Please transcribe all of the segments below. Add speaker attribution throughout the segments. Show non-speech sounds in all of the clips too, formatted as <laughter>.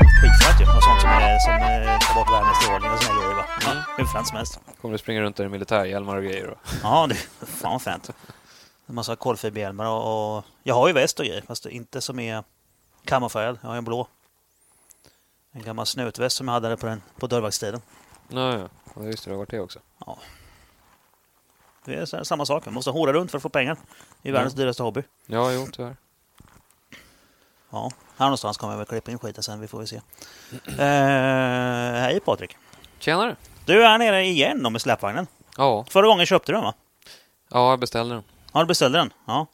Speaker 1: skitsvart ju. typ, Och sånt som, är, som eh, tar bort värmestrålning och såna grejer va. Mm. Hur fränt som helst.
Speaker 2: Kommer du springa runt där i militärhjälmar och grejer? Och...
Speaker 1: Ja, det, fan vad fränt. En massa kolfiberhjälmar och, och... Jag har ju väst och grejer, fast det är inte som är kamouflerad. Jag har en blå. En gammal snutväst som jag hade på, den, på dörrvaktstiden.
Speaker 2: Ja, ja. ja, just det. Det har varit det också.
Speaker 1: Det är så här, samma sak. Man måste håra runt för att få pengar. Det är världens dyraste hobby.
Speaker 2: Ja, jo, tyvärr.
Speaker 1: Ja, här någonstans kommer jag väl klippa in skiten sen. Vi får väl se. Eh, hej Patrik.
Speaker 2: Tjenare!
Speaker 1: Du är här nere igen då med släpvagnen.
Speaker 2: Ja,
Speaker 1: Förra gången köpte du den va?
Speaker 2: ja jag beställde den.
Speaker 1: Ja, du beställde den. Ja.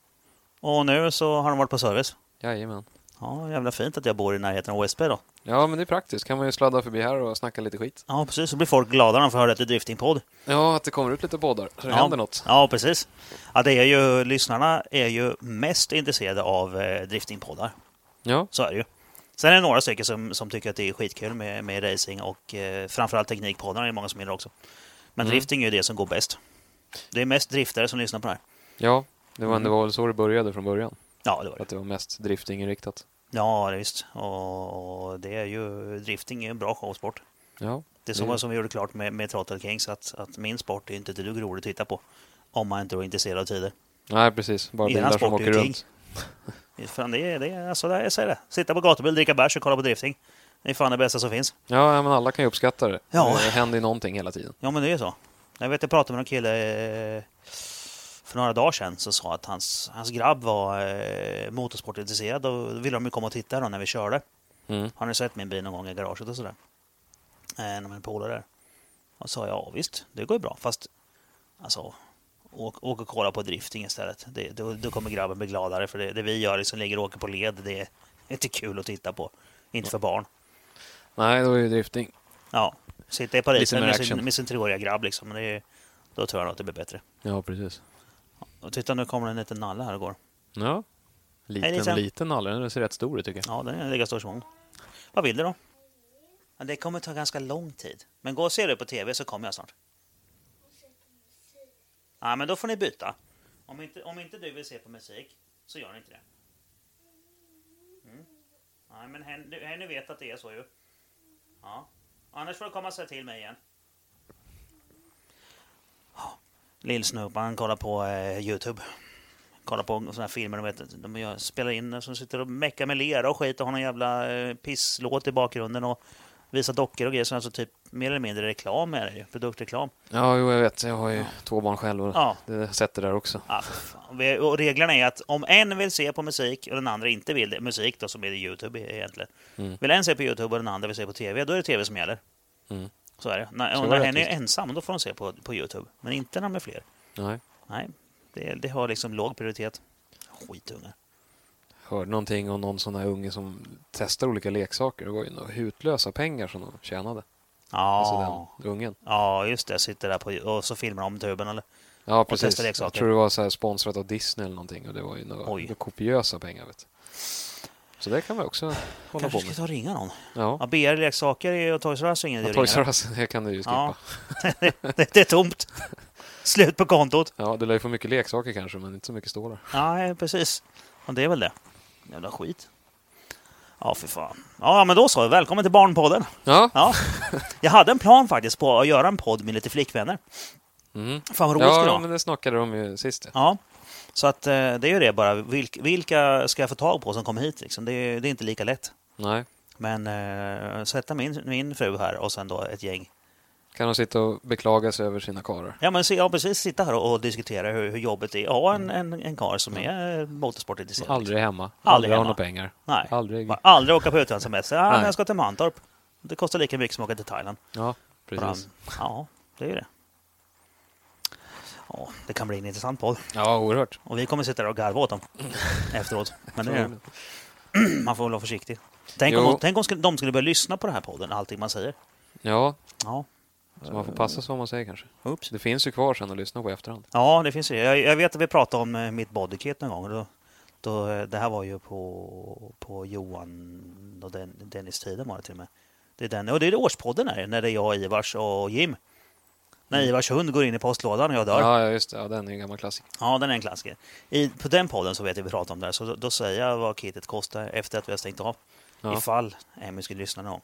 Speaker 1: Och nu så har den varit på service.
Speaker 2: Jajamän.
Speaker 1: Ja, jävla fint att jag bor i närheten av OSB då.
Speaker 2: Ja, men det är praktiskt. kan man ju sladda förbi här och snacka lite skit.
Speaker 1: Ja, precis. Så blir folk glada när de får höra att det är driftingpodd.
Speaker 2: Ja, att det kommer ut lite poddar. Så det
Speaker 1: Ja.
Speaker 2: händer något.
Speaker 1: Ja, precis. Ja, det är ju, lyssnarna är ju mest intresserade av eh, driftingpoddar.
Speaker 2: Ja,
Speaker 1: Så är det ju. Sen är det några stycken som, som tycker att det är skitkul med, med racing och eh, framförallt teknikpoddarna är det många som gillar också.
Speaker 2: Mm.
Speaker 1: Men drifting är ju det som går bäst. Det är mest driftare som lyssnar på det här.
Speaker 2: ja. Mm. Det var, det var väl så det började från början.
Speaker 1: Ja, det var det.
Speaker 2: Att det var mest driftinginriktat.
Speaker 1: Ja, det är visst. Och, och det är ju, drifting är en bra showsport.
Speaker 2: Ja.
Speaker 1: Det är
Speaker 2: Det är
Speaker 1: som, som vi gjorde klart med, med Trottel Kings, att, att min sport är inte ett dugg rolig att titta på. Om man inte är intresserad av tider.
Speaker 2: Nej, precis. Bara
Speaker 1: Eran
Speaker 2: bilar som
Speaker 1: sport är
Speaker 2: åker
Speaker 1: ju
Speaker 2: runt.
Speaker 1: Fan, det är, det är, alltså, det är, jag säger det. Sitta på gatubil, dricka bärs och kolla på drifting. Det är fan det bästa som finns.
Speaker 2: Ja, ja, men alla kan ju uppskatta det.
Speaker 1: Ja.
Speaker 2: Det händer ju någonting hela tiden.
Speaker 1: Ja, men det är så. Jag vet, jag pratade med någon kille eh, för några dagar sedan som sa att hans, hans grabb var eh, motorsportintresserad och då ville de ju komma och titta då när vi körde.
Speaker 2: Mm.
Speaker 1: Har ni sett min bil någon gång i garaget och sådär? Eh, när min polare där. Och sa jag, ja visst, det går ju bra. Fast alltså, åk, åk och kolla på drifting istället. Det, då, då kommer grabben bli gladare. För det, det vi gör som ligger och åker på led, det är inte kul att titta på. Inte för barn.
Speaker 2: Nej, det var ju drifting.
Speaker 1: Ja, sitta i Paris
Speaker 2: Lite mer
Speaker 1: med
Speaker 2: action.
Speaker 1: sin, med sin treåriga grabb liksom. men Det, är- då tror jag nog att det blir bättre.
Speaker 2: Ja, precis.
Speaker 1: Och titta, nu kommer en liten nalle här och går.
Speaker 2: Ja. Liten,
Speaker 1: Hej, Lisa.
Speaker 2: liten nalle. Den ser rätt stor ut tycker jag.
Speaker 1: Ja, den är lika stor som hon. Vad vill du då? Ja, det kommer ta ganska lång tid. Men gå och se det på TV så kommer jag snart. Ja, men då får ni byta. Om inte, om inte du vill se på musik så gör ni inte det. Mm. Nej, men Hen- du- Henny vet att det är så ju. Ja. Annars får du komma och säga till mig igen. Lill-Snubban kollar på eh, Youtube. kollar på såna här filmer, de, vet, de gör, spelar in som sitter och meckar med lera och skit och har någon jävla eh, pisslåt i bakgrunden och visar dockor och grejer. Så alltså typ mer eller mindre reklam är det ju, produktreklam.
Speaker 2: Ja, jo, jag vet. Jag har ju två barn själv och
Speaker 1: Ja.
Speaker 2: det sätter där också.
Speaker 1: Ja, Ah, för fan. Vi- och reglerna är att om en vill se på musik och den andra inte vill det, musik då som är det Youtube egentligen. Vill en se på Youtube och den andra vill se på TV, då är det TV som gäller.
Speaker 2: Mm.
Speaker 1: Så är det. När,
Speaker 2: Så
Speaker 1: och
Speaker 2: var
Speaker 1: när
Speaker 2: det
Speaker 1: hen är
Speaker 2: faktiskt.
Speaker 1: ensam, då får hon se på, på Youtube. Men inte när de är fler.
Speaker 2: Nej.
Speaker 1: Nej, det, det har liksom låg prioritet. Skitungar.
Speaker 2: hörde någonting om någon sån här unge som testar olika leksaker. Det var ju några hutlösa pengar som de tjänade.
Speaker 1: Ja,
Speaker 2: Alltså den ungen.
Speaker 1: ja just det. Sitter där på, och så filmar de tuben eller?
Speaker 2: Ja,
Speaker 1: testar
Speaker 2: precis. Jag
Speaker 1: leksaker.
Speaker 2: tror det var så här sponsrat av Disney eller någonting och det var ju några,
Speaker 1: Oj.
Speaker 2: några kopiösa pengar. Vet. du. Så det kan man också hålla på
Speaker 1: Kanske ska
Speaker 2: med.
Speaker 1: ta och ringa någon? Ja,
Speaker 2: Ja,
Speaker 1: BR-leksaker är- och Toys R Us är ingen idé att
Speaker 2: Toys
Speaker 1: ringa.
Speaker 2: R Us, det kan du ju
Speaker 1: Ja. <laughs>
Speaker 2: skippa.
Speaker 1: Det, det är tomt. Slut på kontot.
Speaker 2: Ja, du lär ju få mycket leksaker kanske, men inte så mycket stålar.
Speaker 1: Nej, precis. Och det är väl det. Jävla skit. Ja, för fan. Ja, men då så. Välkommen till Barnpodden.
Speaker 2: Ja,
Speaker 1: Ja. Jag hade en plan faktiskt på att göra en podd med lite flickvänner.
Speaker 2: mm.
Speaker 1: Fan vad roligt det skulle
Speaker 2: ja
Speaker 1: vara.
Speaker 2: men det snackade de ju sist. Ja.
Speaker 1: Ja. Så att eh, det är ju det bara. Vilk, vilka ska jag få tag på som kommer hit? Liksom? Det, är- det är inte lika lätt.
Speaker 2: Nej.
Speaker 1: Men eh, sätta min, min fru här och sen då ett gäng.
Speaker 2: Kan de sitta och beklaga sig över sina karlar?
Speaker 1: Ja, men se, ja, precis. Sitta här och, och diskutera hur, hur jobbet är. Ja, en, en, en karl som är eh, motorsportintresserad.
Speaker 2: Aldrig hemma, aldrig, har
Speaker 1: hemma.
Speaker 2: några pengar.
Speaker 1: Nej.
Speaker 2: Aldrig.
Speaker 1: Man aldrig åka på utlandssemester. Ah,
Speaker 2: Nej.
Speaker 1: men jag ska till Mantorp. Det kostar lika mycket som att åka till Thailand.
Speaker 2: Ja, precis.
Speaker 1: Bara, Ja, det är ju det. Ja, det kan bli en intressant podd.
Speaker 2: Ja, oerhört.
Speaker 1: Och vi kommer sitta där och garva
Speaker 2: <laughs>
Speaker 1: åt dem efteråt. Men det är, <clears throat> man får väl vara försiktig. Tänk om,
Speaker 2: Jo.
Speaker 1: de, tänk om skulle- de skulle börja lyssna på den här podden, allting man säger.
Speaker 2: Ja,
Speaker 1: Ja,
Speaker 2: så man får passa sig vad man säger kanske.
Speaker 1: oops.
Speaker 2: Det finns ju kvar sen att lyssna på i efterhand.
Speaker 1: ja det finns ju. Jag, jag vet att vi pratade om eh, mitt bodykit någon gång. Då, då, eh, det här var ju på, på Johan och Den, Dennis-tiden var det till och med. Det är den, och det är årspodden här, när det är jag, Ivars och Jim. När Ivars hund går in i postlådan och jag dör.
Speaker 2: Mm. Ja, ja, just det. Ja, den är ju en gammal klassiker.
Speaker 1: Ja, den är en klassiker. I, på den podden så vet jag vi pratar om det här, så då, då säger jag vad kitet kostar efter att vi har stängt av.
Speaker 2: Ja.
Speaker 1: Ifall Emmy skulle lyssna någon gång.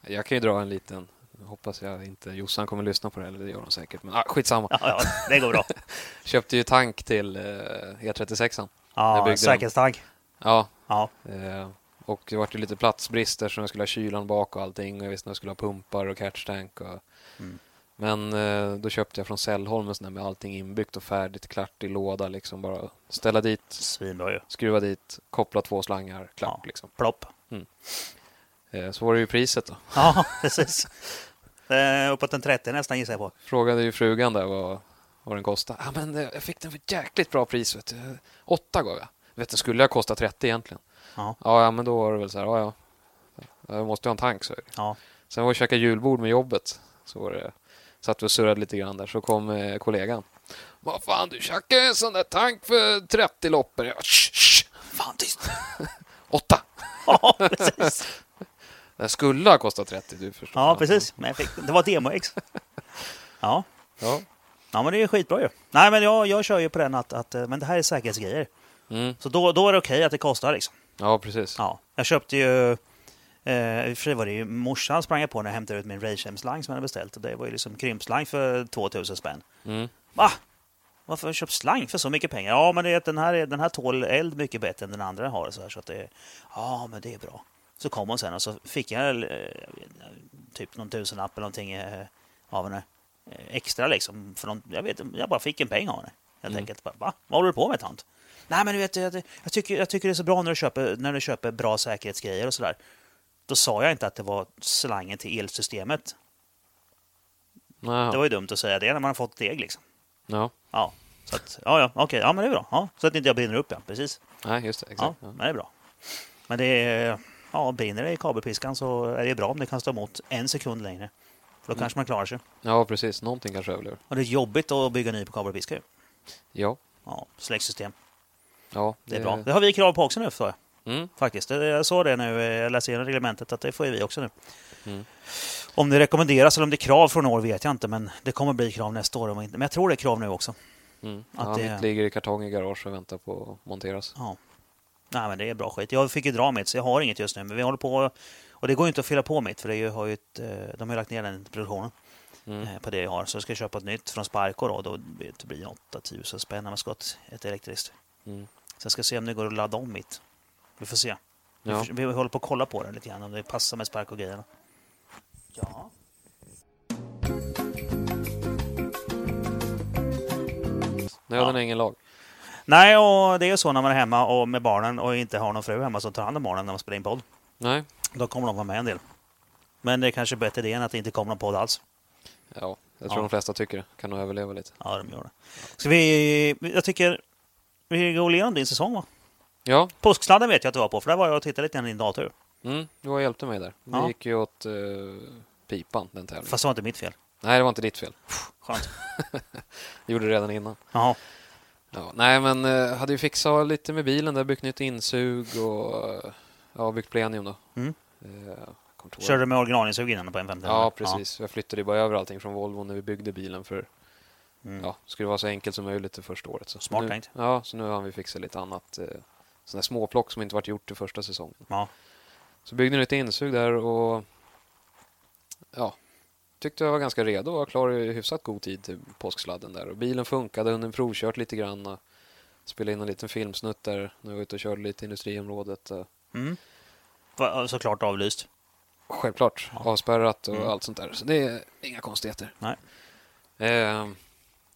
Speaker 2: Jag kan ju dra en liten. Hoppas jag inte Jossan kommer lyssna på det, eller det gör hon säkert. Men ah, skitsamma.
Speaker 1: Ja, ja, det går bra.
Speaker 2: <laughs> Köpte ju tank till eh, E36an. Jag byggde
Speaker 1: Ja,
Speaker 2: den.
Speaker 1: säkerhetstank.
Speaker 2: Ja,
Speaker 1: Ja,
Speaker 2: eh, och det vart ju lite platsbrister så jag skulle ha kylan bak och allting. Och jag visste att jag skulle ha pumpar och catchtank. Och...
Speaker 1: Mm.
Speaker 2: Men eh, då köpte jag från Sällholm en sån där med allting inbyggt och färdigt, klart i låda liksom. Bara ställa dit,
Speaker 1: svinbra ju.
Speaker 2: skruva dit, koppla två slangar, klart
Speaker 1: Ja,
Speaker 2: liksom.
Speaker 1: plopp.
Speaker 2: Eh, så var det ju priset då.
Speaker 1: Ja, <laughs> precis. Eh, uppåt en 30 nästan gissar jag på.
Speaker 2: frågade ju frugan där vad, vad den kostade. Ja, men eh, jag fick den för jäkligt bra pris. Vet du. Åtta gav jag. Vet du, skulle jag kosta 30 egentligen?
Speaker 1: Ja.
Speaker 2: Ja, ja, men då var det väl så här, ja, ja. Jag måste ju ha en tank, så. <laughs>
Speaker 1: Ja,
Speaker 2: Sen var vi och käkade julbord med jobbet. Så var det, satt vi och surrade lite grann där, så kom eh, kollegan. Vad fan, du käkade ju en sån där tank för 30 loppor. Jag, "Shh, shh,
Speaker 1: fan tyst.
Speaker 2: <laughs> åtta!
Speaker 1: Ja, <laughs> precis.
Speaker 2: Den skulle ha kostat 30, du förstår.
Speaker 1: Ja, precis. Men jag fick, det var ett demo-ex. Ja.
Speaker 2: Ja.
Speaker 1: ja, men det är skitbra ju. Nej, men jag, jag kör ju på den att, att eh, men det här är säkerhetsgrejer.
Speaker 2: Mm.
Speaker 1: Så då, då är det okej att det kostar liksom.
Speaker 2: ja, precis.
Speaker 1: Ja, jag köpte ju... Eh, I och för sig var det ju morsan sprang jag på när jag hämtade ut min Raychem-slang som jag hade beställt. Och Det var ju liksom krympslang för 2000 spänn.
Speaker 2: Mm.
Speaker 1: Va? Varför har jag köpt slang för så mycket pengar? Ja, men det är att den här, är- den här tål eld mycket bättre än den andra har. Så, här, så att det, ja, men det är bra. Så kom hon sen och så fick jag eh, typ någon tusenlapp eller någonting eh, av henne. Eh, Extra liksom. För någon, jag, vet, jag bara fick en peng av henne. Helt enkelt. Bara, Va? Vad håller du på med tant? Nej, men du vet, jag, jag, tycker, jag tycker det är så bra när du köper, när du köper bra säkerhetsgrejer och sådär. Då sa jag inte att det var slangen till elsystemet.
Speaker 2: Ja.
Speaker 1: Det var ju dumt att säga det när man har fått ett deg liksom.
Speaker 2: ja.
Speaker 1: Ja, så att, ja, ja, okej, ja, men det är bra. Ja, så att inte jag brinner upp, ja. Precis.
Speaker 2: Nej, just det.
Speaker 1: Ja,
Speaker 2: Exakt. Ja.
Speaker 1: men det är bra. Men det är, ja, brinner det i kabelpiskan så är det bra om det kan stå emot en sekund längre. För då kanske man klarar sig.
Speaker 2: ja, precis. Någonting kanske överlever.
Speaker 1: Och det är jobbigt att bygga ny på kabelpiska ju.
Speaker 2: Ja.
Speaker 1: Ja, släcksystem.
Speaker 2: Ja, eh,
Speaker 1: Det är bra. Det har vi krav på också nu, förstår jag.
Speaker 2: Mm.
Speaker 1: Faktiskt. Det- Jag sa det nu, eh, jag läste igenom reglementet, att det får ju vi också nu. Om det rekommenderas eller om det är krav från år vet jag inte, men det kommer bli krav nästa år. om inte- Men jag tror det är krav nu också.
Speaker 2: Mm.
Speaker 1: Att
Speaker 2: ja,
Speaker 1: det-
Speaker 2: Mitt ligger i kartong i garage och väntar på att monteras.
Speaker 1: Ja. Nej, men det är bra skit. Jag fick ju dra mitt, så jag har inget just nu. Men vi håller på och det går ju inte att fylla på mitt, för det är ju, har ju ett, eh, de har ju lagt ner den produktionen
Speaker 2: Mm.
Speaker 1: eh, på det jag har. Så jag ska köpa ett nytt från Sparko då. Då blir det- det blir 8000 spänn när man ska ha ett, ett elektriskt.
Speaker 2: Mm.
Speaker 1: Så jag ska se om det går att ladda om mitt. Vi får se. Vi,
Speaker 2: Ja.
Speaker 1: får, vi håller på att kolla på den lite grann, om det passar med Sparko-grejerna. Ja.
Speaker 2: Nöden är ingen lag.
Speaker 1: Nej, och det är ju så när man är hemma och med barnen och inte har någon fru hemma som tar hand om barnen när man spelar in podd.
Speaker 2: Nej.
Speaker 1: Då kommer de vara med en del. Men det är kanske bättre det än att det inte kommer någon podd alls.
Speaker 2: Ja, jag tror
Speaker 1: Ja.
Speaker 2: de flesta tycker det. Kan nog överleva lite.
Speaker 1: Ja, de gör det. Ska vi... Jag tycker... Vi går igenom din säsong, va?
Speaker 2: Ja,
Speaker 1: Påsksladden vet jag att du var på, för där var jag och tittade lite grann i din dator.
Speaker 2: mm, du har hjälpte mig där. Det
Speaker 1: Ja.
Speaker 2: gick ju åt eh, pipan den tävlingen.
Speaker 1: Fast det var inte mitt fel.
Speaker 2: Nej, det var inte ditt fel.
Speaker 1: Skönt.
Speaker 2: Det gjorde det redan innan.
Speaker 1: Jaha.
Speaker 2: Ja, nej, men eh, hade ju fixat lite med bilen där, byggt nytt insug och eh, ja, byggt plenium då.
Speaker 1: Mm.
Speaker 2: Eh, kontor.
Speaker 1: Körde du med originalinsug innan på M50?
Speaker 2: Ja, precis. Jag flyttade ju bara över allting från Volvo när vi byggde bilen för ja, det skulle vara så enkelt som möjligt det första året. Så
Speaker 1: Mm. Smart
Speaker 2: nu,
Speaker 1: tänkt.
Speaker 2: Ja, så nu har vi fixat lite annat. Eh, sådana småplock som inte varit gjort i första säsongen.
Speaker 1: Ja.
Speaker 2: Så byggde nytt insug där och ja, tyckte jag var ganska redo och var klar i hyfsat god tid till påsksladden där. Och bilen funkade, under provkört lite grann och spelade in en liten filmsnutt där när jag var ute och körde lite i industriområdet. eh,
Speaker 1: Mm. Va- Såklart avlyst.
Speaker 2: Självklart. Avspärrat och allt sånt där. Så det är inga konstigheter.
Speaker 1: Nej.
Speaker 2: Eh,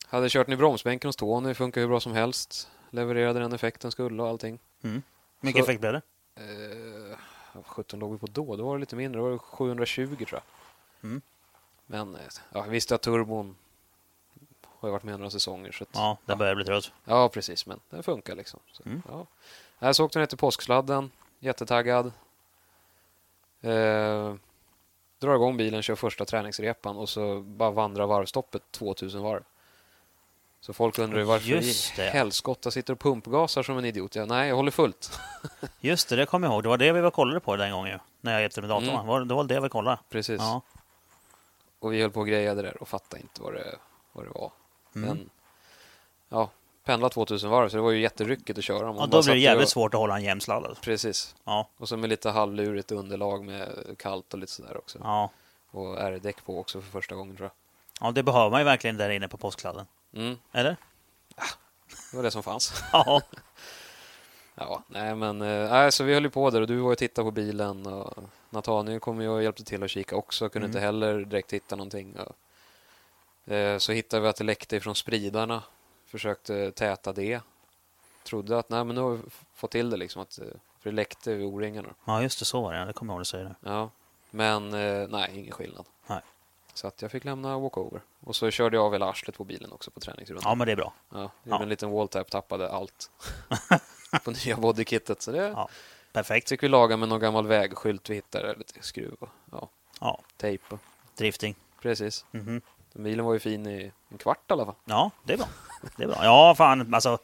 Speaker 2: hade kört den i bromsbänken hos Tony, funkar hur bra som helst. Levererade den effekten skulle och allting.
Speaker 1: Mm. Mycket
Speaker 2: Så-
Speaker 1: effekt blev det?
Speaker 2: Eh, vad 17 låg vi på då? Då var det lite mindre, då var det 720 tror jag.
Speaker 1: Mm.
Speaker 2: Men eh, ja, visst, att turbon har ju varit med några säsonger. Så att,
Speaker 1: Ja, den börjar bli trött.
Speaker 2: Ja, precis. Men den funkar liksom. Så,
Speaker 1: Mm.
Speaker 2: ja. Här så åkte den efter påsksladden. Jättetaggad. Eh, drar igång bilen, kör första träningsrepan och så bara vandrar varvstoppet 2000 varv. Så folk undrar ju varför
Speaker 1: Just
Speaker 2: i
Speaker 1: det.
Speaker 2: helskotta jag sitter och pumpgasar som en idiot. Jag, nej, jag håller fullt. <laughs>
Speaker 1: Just det, det kommer jag ihåg. Det var det vi var kollade på den gången ju. När jag hjälpte med datorn.
Speaker 2: Mm.
Speaker 1: Var- Det var det vi kollade.
Speaker 2: Precis.
Speaker 1: Ja.
Speaker 2: Och vi höll på och grejade där och fattade inte vad det, vad det var.
Speaker 1: Mm.
Speaker 2: Men ja, pendla 2000 varv så det var ju jätteryckigt att köra. Man
Speaker 1: Ja,
Speaker 2: bara
Speaker 1: då
Speaker 2: satt
Speaker 1: blir det
Speaker 2: ju
Speaker 1: jävligt
Speaker 2: och-
Speaker 1: svårt att hålla en jämn sladd. alltså.
Speaker 2: Precis.
Speaker 1: Ja,
Speaker 2: Och så med lite halvlurigt underlag med kallt och lite sådär också.
Speaker 1: ja.
Speaker 2: Och R-däck på också för första gången tror
Speaker 1: ja, det behöver man ju verkligen där inne på påskkladden.
Speaker 2: jag. Mm,
Speaker 1: Eller?
Speaker 2: det var det som fanns.
Speaker 1: Ja,
Speaker 2: ja, nej men eh, nej, så vi höll ju på där och du var och tittade på bilen och Nathaniel kom ju och hjälpte till att kika också. Kunde
Speaker 1: Mm.
Speaker 2: inte heller direkt hitta någonting. Och, eh, så hittade vi att det läckte ifrån spridarna. Försökte täta det. Trodde att nej men nu har vi f- fått till det liksom. Att, eh, för det läckte vid O-ringarna.
Speaker 1: ja just det, så var det. ja. Det kommer jag ihåg att säga nu.
Speaker 2: Ja, men eh, nej, ingen skillnad.
Speaker 1: Nej.
Speaker 2: Så att jag fick lämna walkover. Och så körde jag av hela arslet på bilen också på träningsrundan.
Speaker 1: Ja, men det är bra.
Speaker 2: Ja, gjorde
Speaker 1: Ja.
Speaker 2: en liten walltap,
Speaker 1: <laughs>
Speaker 2: tappade allt på nya bodykittet. Så det
Speaker 1: Ja. Perfekt.
Speaker 2: fick vi laga med någon gammal vägskylt vi hittade, lite skruv och ja,
Speaker 1: Ja,
Speaker 2: tejp. och-
Speaker 1: drifting.
Speaker 2: Precis.
Speaker 1: Mhm.
Speaker 2: Bilen var ju fin i en kvart i alla fall.
Speaker 1: Ja, det är bra. Det är bra. Ja, fan alltså.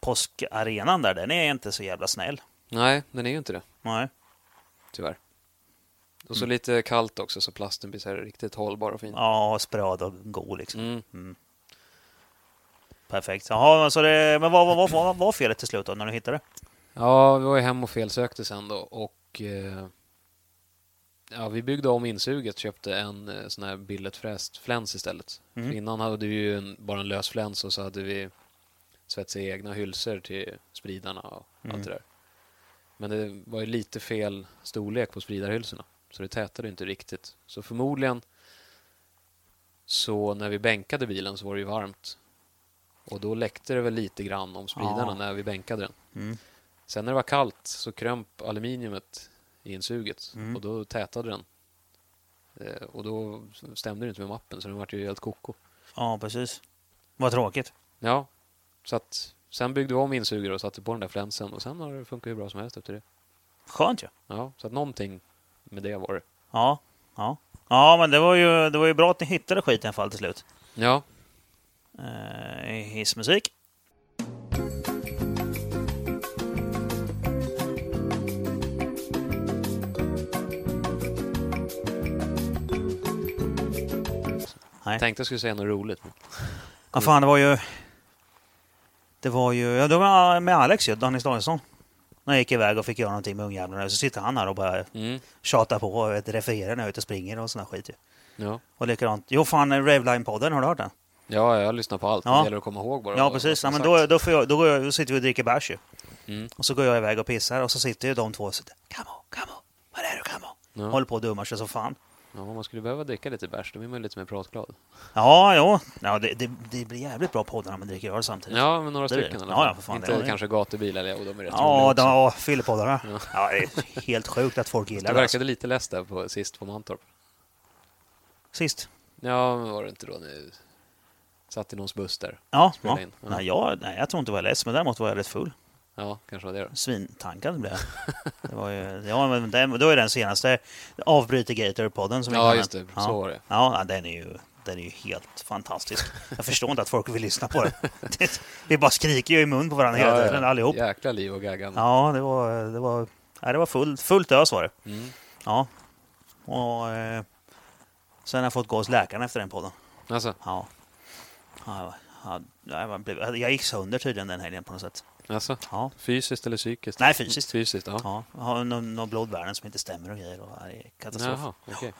Speaker 1: Påskarenan där, den är inte så jävla snäll.
Speaker 2: Nej, den är ju inte det,
Speaker 1: Nej.
Speaker 2: tyvärr. Mm. Och så lite kallt också, så plasten blir så här riktigt hållbar och fin.
Speaker 1: Ja, spröd och god liksom.
Speaker 2: Mm.
Speaker 1: Perfekt. Jaha, så det, men vad, vad, vad, vad var felet till slut då, när du hittade det?
Speaker 2: Ja, vi var ju hem och felsökte sen då och eh, ja, vi byggde om insuget, köpte en eh, sån här billigt fräst fläns istället.
Speaker 1: Mm.
Speaker 2: För innan hade vi ju en, bara en lös fläns och så hade vi svetsat egna hylsor till spridarna och
Speaker 1: Mm.
Speaker 2: allt det där. Men det var ju lite fel storlek på spridarhylsorna, så det tätade inte riktigt. Så förmodligen så när vi bänkade bilen så var det ju varmt och då läckte det väl lite grann om spridarna
Speaker 1: Ja.
Speaker 2: när vi bänkade den.
Speaker 1: Mm.
Speaker 2: Sen när det var kallt så krömp aluminiumet i insuget
Speaker 1: Mm.
Speaker 2: och då tätade den. Eh, och då stämde det inte med mappen så den vart ju helt koko.
Speaker 1: Ja, precis. Vad tråkigt.
Speaker 2: Ja, så att sen byggde vi om insuget och satte på den där flänsen och sen har det funkat hur bra som helst efter det.
Speaker 1: Skönt ju.
Speaker 2: Ja, så att någonting med det var det.
Speaker 1: Ja, ja. Ja, men det var ju, det var ju bra att ni hittade skiten i alla fall till slut.
Speaker 2: Ja,
Speaker 1: Eh, hissmusik.
Speaker 2: jag tänkte jag skulle säga något roligt. men-
Speaker 1: Ja, fan, det var ju... Det var ju... Ja, det var med Alex ju, Dennis Danielsson. När jag gick iväg och fick göra någonting med ungjävlarna så sitter han här och bara
Speaker 2: Mm,
Speaker 1: tjatar på och vet, refererar när jag är ute och springer och sån där skit ju.
Speaker 2: ja.
Speaker 1: Och likadant. Jo, fan, Raveline-podden, har du hört den?
Speaker 2: ja, jag lyssnar på allt.
Speaker 1: Ja.
Speaker 2: Det gäller att komma ihåg bara.
Speaker 1: Ja,
Speaker 2: vad-
Speaker 1: precis. Ja,
Speaker 2: vad
Speaker 1: men
Speaker 2: som
Speaker 1: då,
Speaker 2: sagts.
Speaker 1: då, får jag, då, går jag, då sitter vi och dricker bärs ju.
Speaker 2: Mm.
Speaker 1: Och så går jag iväg och pissar och så sitter ju de två och sitter... Come on, come on. Var är du, come on?
Speaker 2: Ja.
Speaker 1: Håller på och dummar sig som fan.
Speaker 2: Ja, man skulle behöva dricka lite bärs, då blir man ju lite mer pratglad.
Speaker 1: Ja, jo. Ja, det, det, det blir jävligt bra poddar när man dricker öl samtidigt.
Speaker 2: Ja, men några
Speaker 1: Det är det.
Speaker 2: stycken i alla
Speaker 1: Ja,
Speaker 2: fall.
Speaker 1: ja, för fan, det
Speaker 2: Inte
Speaker 1: är det.
Speaker 2: kanske gatubil, eller jo, de är rätt roliga
Speaker 1: Ja,
Speaker 2: också.
Speaker 1: de, ja fyllepoddarna. Ja. det är helt sjukt att folk
Speaker 2: Du
Speaker 1: gillar det. Alltså.
Speaker 2: verkade lite less där på, sist på Mantorp.
Speaker 1: Sist.
Speaker 2: Ja, men var det inte då ni satt i någons buss där?
Speaker 1: Ja,
Speaker 2: Spela
Speaker 1: ja.
Speaker 2: in. Ja.
Speaker 1: Nej, jag, nej, jag tror inte jag var less, men däremot var jag rätt full.
Speaker 2: Ja, kanske var det då.
Speaker 1: Svintankad blev jag.
Speaker 2: <laughs>
Speaker 1: Det var ju, ja, men det, då är den senaste avbryter Gator-podden som vi
Speaker 2: Ja,
Speaker 1: kallar
Speaker 2: just det.
Speaker 1: den.
Speaker 2: Så
Speaker 1: Ja.
Speaker 2: var det.
Speaker 1: Ja, ja, den är ju, den är ju helt fantastisk. Jag förstår inte att folk vill lyssna på
Speaker 2: <laughs>
Speaker 1: den. Det, vi bara skriker ju i mun på varandra hela tiden, allihop.
Speaker 2: Jäkla liv och gaggan.
Speaker 1: Ja, det var, det var, nej, det var full, fullt ös var det.
Speaker 2: Mm.
Speaker 1: Ja. Och, eh, sen har jag fått gå hos läkaren efter den podden.
Speaker 2: Alltså,
Speaker 1: Ja. ja, ja nej, man blev, jag gick sönder tydligen den helgen på något sätt.
Speaker 2: alltså,
Speaker 1: Ja.
Speaker 2: fysiskt eller psykiskt?
Speaker 1: Nej, fysiskt.
Speaker 2: Fysiskt, ja.
Speaker 1: Ja, jag har någon, någon blodvärden som inte stämmer och grejer. Och det är katastrof.
Speaker 2: Jaha, okej.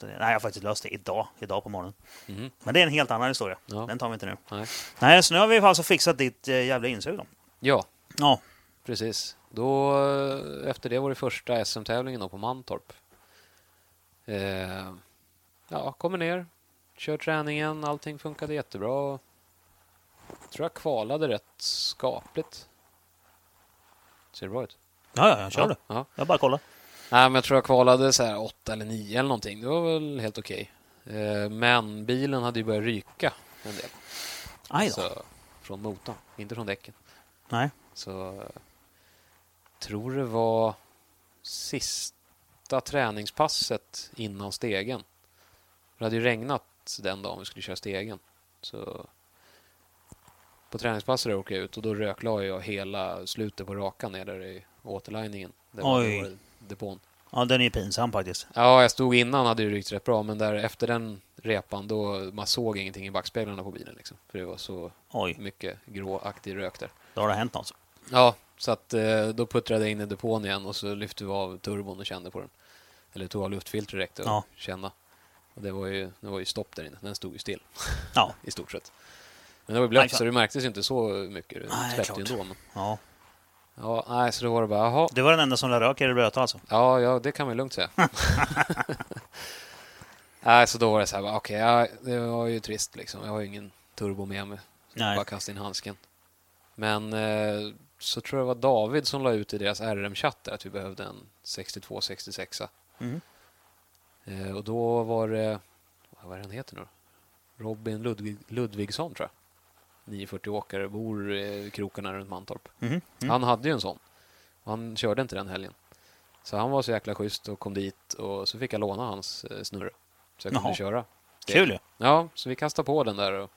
Speaker 1: Så det- Nej, jag har faktiskt löst det idag, idag på morgonen.
Speaker 2: Mhm.
Speaker 1: Men det är en helt annan historia.
Speaker 2: Ja.
Speaker 1: Den tar vi inte nu.
Speaker 2: Nej.
Speaker 1: Nej, så nu har vi alltså fixat ditt eh, jävla insug då.
Speaker 2: Ja,
Speaker 1: Ja,
Speaker 2: precis. Då, eh, efter det var det första SM-tävlingen då på Mantorp. Eh, ja, kommer ner, kör träningen, allting funkade jättebra. Tror jag kvalade rätt skapligt. Ser det bra ut?
Speaker 1: ja, ja jag kör du.
Speaker 2: Ja.
Speaker 1: Jag bara kollar.
Speaker 2: Nej, men jag tror jag kvalade så här åtta eller nio eller någonting. Det var väl helt okej. Eh, Men bilen hade ju börjat ryka en del.
Speaker 1: Aj då.
Speaker 2: Så, från motorn, inte från däcken.
Speaker 1: Nej.
Speaker 2: Så eh, tror det var sista träningspasset innan stegen. Det hade ju regnat den dagen vi skulle köra stegen. Så på träningspasset där åkte jag ut och då röklade jag hela slutet på rakan ner där i återliningen. Det var
Speaker 1: Oj.
Speaker 2: det var depån.
Speaker 1: Ja, den är ju pinsam faktiskt.
Speaker 2: Ja, jag stod innan hade ju rykt rätt bra, men där efter den repan då man såg ingenting i backspeglarna på bilen liksom. För det var så
Speaker 1: Oj,
Speaker 2: mycket gråaktig rök där.
Speaker 1: då har det hänt något.
Speaker 2: Ja, så att eh, då puttrade jag in i depån igen och så lyfte vi av turbon och kände på den. Eller tog av luftfiltret direkt och
Speaker 1: Ja.
Speaker 2: känna. Och det var, ju, det var ju stopp där inne, den stod ju still
Speaker 1: Ja,
Speaker 2: i stort sett. Men det var ju
Speaker 1: Nej,
Speaker 2: blött
Speaker 1: fan.
Speaker 2: så det märktes ju inte så
Speaker 1: Nej,
Speaker 2: mycket. Det släppte ju
Speaker 1: klart.
Speaker 2: ändå. Men,
Speaker 1: ja.
Speaker 2: ja, nej, så då var det bara, jaha,
Speaker 1: Du var den enda som lade rök i det blöta alltså?
Speaker 2: Ja, ja, det kan man
Speaker 1: <laughs>
Speaker 2: lugnt säga. <laughs> Nej, så då var det så här, bara, okej, ja, det var ju trist liksom. Jag har ju ingen turbo med mig.
Speaker 1: Nej.
Speaker 2: Bara kasta in handsken. Men eh, så tror jag det var David som la ut i deras RM-chatt där att vi behövde en 62-66.
Speaker 1: Mm.
Speaker 2: Eh, och då var det, vad är det han heter nu då? Robin Ludvig, Ludvigsson tror jag. 940-åkare, bor i krokarna runt Mantorp.
Speaker 1: Mhm. Mm.
Speaker 2: Han hade ju en sån. Och Han körde inte den helgen. Så han var så jäkla schysst och kom dit och så fick jag låna hans eh, snurre. Så jag kunde
Speaker 1: Jaha.
Speaker 2: köra. Det-
Speaker 1: Kul ju.
Speaker 2: Ja, så vi kastade på den där och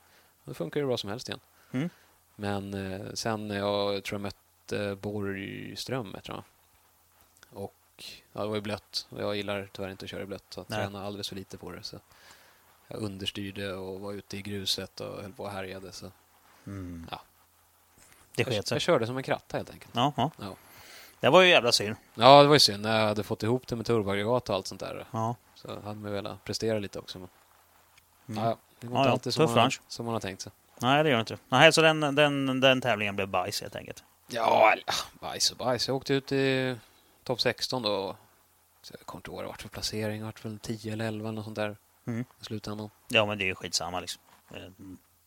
Speaker 2: det funkar ju bra som helst igen.
Speaker 1: Mm.
Speaker 2: Men eh, sen när jag tror jag mötte Borgström, tror jag. Och ja, det var ju blött och jag gillar tyvärr inte att köra i blött. Så jag
Speaker 1: Nej.
Speaker 2: tränade alldeles för lite på det. Så jag understyrde och var ute i gruset och höll på och härjade. Så
Speaker 1: Mm.
Speaker 2: Ja.
Speaker 1: Det
Speaker 2: jag,
Speaker 1: sket sig.
Speaker 2: jag körde som en kratta helt enkelt.
Speaker 1: Ja, ja.
Speaker 2: Ja.
Speaker 1: Det var ju jävla synd.
Speaker 2: Ja, det var ju synd när jag hade fått ihop det med turboaggregat och allt sånt där.
Speaker 1: Ja.
Speaker 2: Så hade man ju velat prestera lite också. Men...
Speaker 1: Mm.
Speaker 2: Ja, ja, det går
Speaker 1: Ja,
Speaker 2: inte
Speaker 1: ja,
Speaker 2: alltid som
Speaker 1: tuff
Speaker 2: man, har,
Speaker 1: bransch.
Speaker 2: som man har tänkt sig.
Speaker 1: Nej, det gör det inte. Nej, så den, den, den tävlingen blev bajs helt enkelt.
Speaker 2: Ja, eller, ah, bajs och bajs. Jag åkte ut i topp 16 då. Så jag kommer inte ihåg, det vart för placering. Det vart väl 10 eller 11 eller något sånt där
Speaker 1: Mm.
Speaker 2: i slutändan.
Speaker 1: Ja, men det är ju skitsamma liksom. Eh,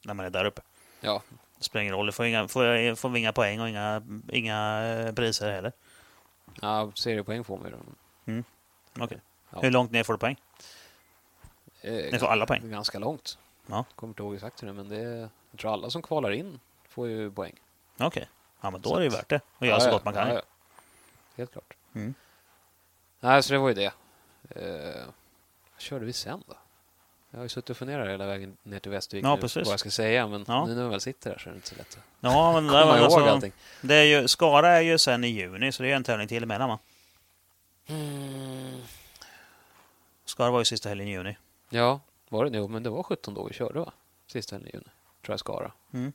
Speaker 1: När man är där uppe.
Speaker 2: Ja,
Speaker 1: Det spelar ingen roll. Det får, inga, får, får vi inga poäng och inga, inga eh, priser heller.
Speaker 2: ja seriepoäng får man ju då.
Speaker 1: Okej.
Speaker 2: Ja.
Speaker 1: Hur långt ner får du poäng?
Speaker 2: Eh,
Speaker 1: Ni får alla poäng.
Speaker 2: Ganska långt.
Speaker 1: Ja.
Speaker 2: Kommer inte ihåg exakt hur det är, men det är, jag tror alla som kvalar in får ju poäng.
Speaker 1: Okej. Ja, men då är det ju värt det. Och göra
Speaker 2: Ja,
Speaker 1: så
Speaker 2: ja,
Speaker 1: gott man kan.
Speaker 2: ja,
Speaker 1: ju.
Speaker 2: ja. Helt klart.
Speaker 1: Mm.
Speaker 2: Nej, så det var ju det. Eh, vad körde vi sen då? Jag har ju suttit och funderat hela vägen ner till Västervik
Speaker 1: Ja,
Speaker 2: nu,
Speaker 1: precis.
Speaker 2: vad jag ska säga, men
Speaker 1: Ja.
Speaker 2: nu när jag väl sitter här så är det inte så lätt att
Speaker 1: Ja, men det, där
Speaker 2: komma
Speaker 1: var
Speaker 2: ihåg
Speaker 1: alltså,
Speaker 2: allting.
Speaker 1: det är ju, Skara är ju sen i juni, så det är en tävling till emellan va? Skara var ju sista helgen i juni.
Speaker 2: Ja, var det nu? Men det var 17 då vi körde, va? Sista helgen i juni, tror jag Skara.
Speaker 1: Mm.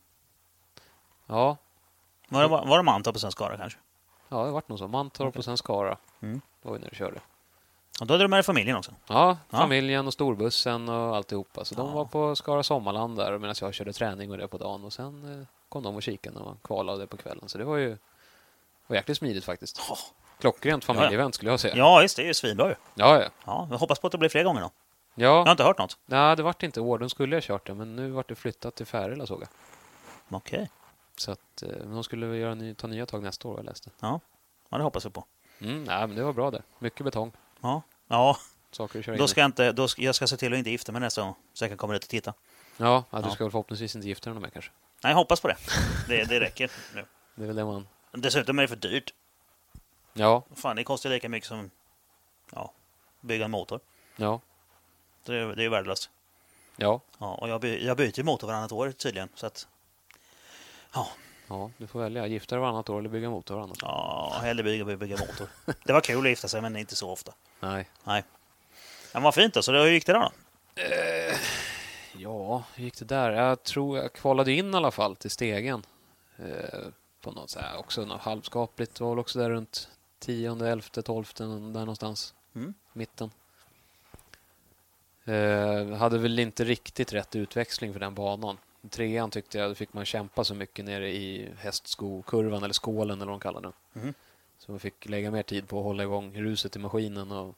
Speaker 2: Ja,
Speaker 1: Var det, var det Mantorp och sen Skara kanske?
Speaker 2: ja, det vart nog så. Mantorp och sen Skara.
Speaker 1: Mm.
Speaker 2: Det var ju när du körde.
Speaker 1: Och då hade du med dig familjen också.
Speaker 2: Ja,
Speaker 1: Ja.
Speaker 2: familjen och storbussen och alltihopa. Så de
Speaker 1: Ja.
Speaker 2: var på Skara Sommarland där medan jag körde träning och det på dagen. Och sen eh, kom de och kikade och kvalade på kvällen. Så det var ju var jäkligt smidigt faktiskt. Klockrent familjeevent skulle jag säga.
Speaker 1: Ja, just det. Det är ju svinbra ju.
Speaker 2: ja. ja.
Speaker 1: Ja, jag hoppas på att det blir fler gånger då. Jag har
Speaker 2: ja.
Speaker 1: inte hört något.
Speaker 2: Nej, det vart inte i år. De skulle ha kört det, men nu vart det flyttat till Färila såg jag.
Speaker 1: Okej.
Speaker 2: Så att, eh, men de skulle väl göra ny, ta nya tag nästa år, jag läste.
Speaker 1: Ja. ja, det hoppas vi på.
Speaker 2: Mm, nej, men det var bra det. Mycket betong.
Speaker 1: Ja, ja
Speaker 2: Saker att köra in
Speaker 1: då ska jag inte... Då ska, jag ska se till att inte gifta mig nästa gång. Så jag kan komma dit och titta.
Speaker 2: i. Ja, ja, du
Speaker 1: Ja.
Speaker 2: ska väl förhoppningsvis inte gifta dig med kanske.
Speaker 1: Nej, jag hoppas på det. Det, det räcker nu.
Speaker 2: Det är väl det man
Speaker 1: Dessutom är det för dyrt.
Speaker 2: Ja,
Speaker 1: Fan, det kostar lika mycket som ja, bygga en motor.
Speaker 2: ja,
Speaker 1: Så Det är, det är värdelöst.
Speaker 2: ja.
Speaker 1: Ja, och jag, by, jag byter ju motor varannat år tydligen. Så att, ja,
Speaker 2: Ja, du får välja. Gifta dig varannat år eller bygga motor varannat år.
Speaker 1: ja, hellre bygga, bygga <laughs> motor. Det var kul att gifta sig, men inte så ofta.
Speaker 2: Nej.
Speaker 1: Nej. Men vad fint då, så hur gick det då?
Speaker 2: Ja, hur gick det där? Jag tror jag kvalade in i alla fall till stegen. Eh, på något så här, också något halvskapligt. Det var väl också där runt tionde, elfte, tolfte, där någonstans.
Speaker 1: Mm.
Speaker 2: Mitten. Eh, hade väl inte riktigt rätt utväxling för den banan. I Trean tyckte jag, då fick man kämpa så mycket nere i hästskokurvan eller skålen eller vad de kallar den.
Speaker 1: Mm.
Speaker 2: Så man fick lägga mer tid på att hålla igång ruset i maskinen och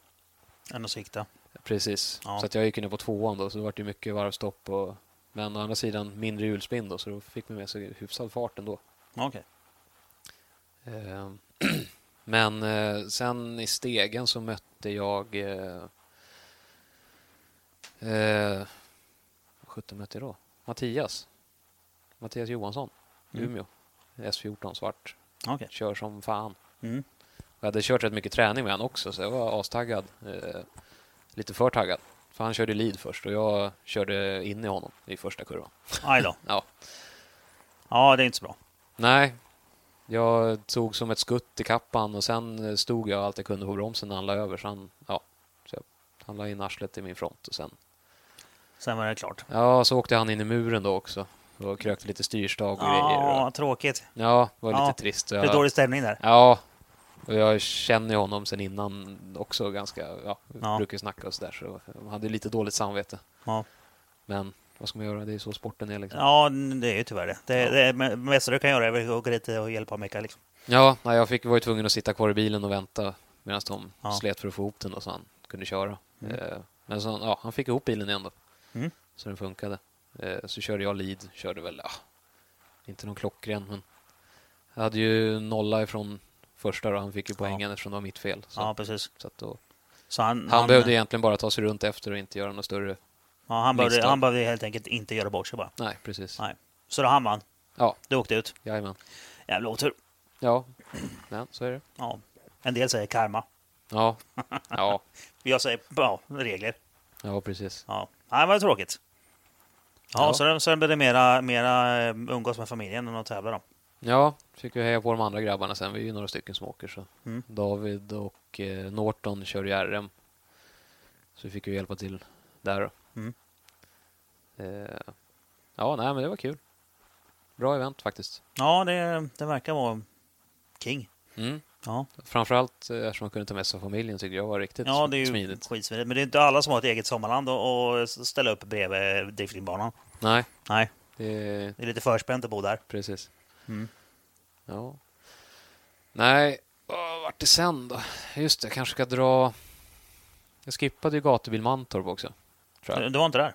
Speaker 1: Än att sikta.
Speaker 2: Precis.
Speaker 1: Ja.
Speaker 2: Så att jag gick ner på tvåan då, så det var ju mycket varvstopp. Och... Men å andra sidan mindre hjulspinn då, så då fick man med sig hyfsad fart ändå.
Speaker 1: Okej.
Speaker 2: Eh, <clears throat> Men eh, sen i stegen så mötte jag... Eh, eh, vad sjutton mötte jag då? Mattias. Mattias Johansson,
Speaker 1: Mm.
Speaker 2: Umeå. S14 svart.
Speaker 1: Okej.
Speaker 2: Kör som fan.
Speaker 1: Mm.
Speaker 2: Jag hade kört rätt mycket träning med honom också, så jag var astaggad. Eh, lite för taggad. För han körde lead först och jag körde in i honom i första kurvan.
Speaker 1: Aj då.
Speaker 2: Ja.
Speaker 1: Ja, det är inte så bra.
Speaker 2: Nej, jag tog som ett skutt i kappan och sen eh, stod jag allt jag kunde på bromsen när han la över. Så han, ja, så jag, han la in arslet i min front och sen...
Speaker 1: Sen var det klart.
Speaker 2: Ja, så åkte han in i muren då också. Och krökte lite styrstag och grejer.
Speaker 1: Ja,
Speaker 2: Och,
Speaker 1: tråkigt.
Speaker 2: ja, det var lite
Speaker 1: Ja,
Speaker 2: trist.
Speaker 1: Det
Speaker 2: Jag,
Speaker 1: är dålig stämning där.
Speaker 2: Ja, och jag känner ju honom sen innan också ganska, ja,
Speaker 1: Ja.
Speaker 2: ja. brukar ju snacka och sådär, så jag hade lite dåligt samvete.
Speaker 1: Ja.
Speaker 2: Men vad ska man göra, det är ju så sporten är liksom. Ja,
Speaker 1: Ja, det är ju tyvärr det. Det, det men- men bästa du kan göra är väl att åka dit och hjälpa och mecka. Liksom.
Speaker 2: nej, jag fick, var ju tvungen att sitta kvar i bilen och vänta medan de
Speaker 1: Ja.
Speaker 2: slet för att få ihop den då, så han kunde köra. Eh, Men så, ja, han fick ihop bilen igen då,
Speaker 1: Mm.
Speaker 2: så den funkade. Eh, Så körde jag lead, körde väl, ja, inte någon klockren, men jag hade ju nolla ifrån första då, han fick ju poängen eftersom det var mitt fel. Så,
Speaker 1: Ja, precis.
Speaker 2: så att då
Speaker 1: Så han,
Speaker 2: Han behövde egentligen bara ta sig runt efter och inte göra något större.
Speaker 1: ja, han, behövde,
Speaker 2: misstag.
Speaker 1: han behövde helt enkelt inte göra bort sig bara.
Speaker 2: Nej, precis.
Speaker 1: Nej. Så då han vann.
Speaker 2: Ja,
Speaker 1: Du åkte ut.
Speaker 2: jajamän.
Speaker 1: Jävla otur.
Speaker 2: Ja, men så är det.
Speaker 1: Ja. En del säger karma.
Speaker 2: Ja, ja,
Speaker 1: Jag säger ja, regler.
Speaker 2: ja precis.
Speaker 1: Ja. Nej, det var tråkigt. Ja,
Speaker 2: Ja.
Speaker 1: Så sen, sen blev det mera, mera eh, umgås med familjen än att tävla då.
Speaker 2: Ja, fick ju heja på de andra grabbarna sen. Vi är ju några stycken som åker. Så.
Speaker 1: Mm.
Speaker 2: David och eh, Norton kör ju RM. Så vi fick ju hjälpa till där då.
Speaker 1: Mm.
Speaker 2: Eh, ja, nej men det var kul. Bra event faktiskt.
Speaker 1: Ja, det, det verkar vara king.
Speaker 2: Mm.
Speaker 1: Ja.
Speaker 2: Framförallt eh, eftersom man kunde ta med sig familjen tycker jag var riktigt
Speaker 1: Ja, det är ju
Speaker 2: smidigt.
Speaker 1: skitsmidigt. Men det är inte alla som har ett eget sommarland och, och ställa upp bredvid driftingbanan.
Speaker 2: Nej,
Speaker 1: Nej,
Speaker 2: det
Speaker 1: det är lite förspänt att bo där.
Speaker 2: Precis.
Speaker 1: Mm.
Speaker 2: Ja. Nej, åh, vart det sen då? Just det, jag kanske ska dra... Jag skippade ju gatubil Mantorp också. Tror jag.
Speaker 1: Du var inte där?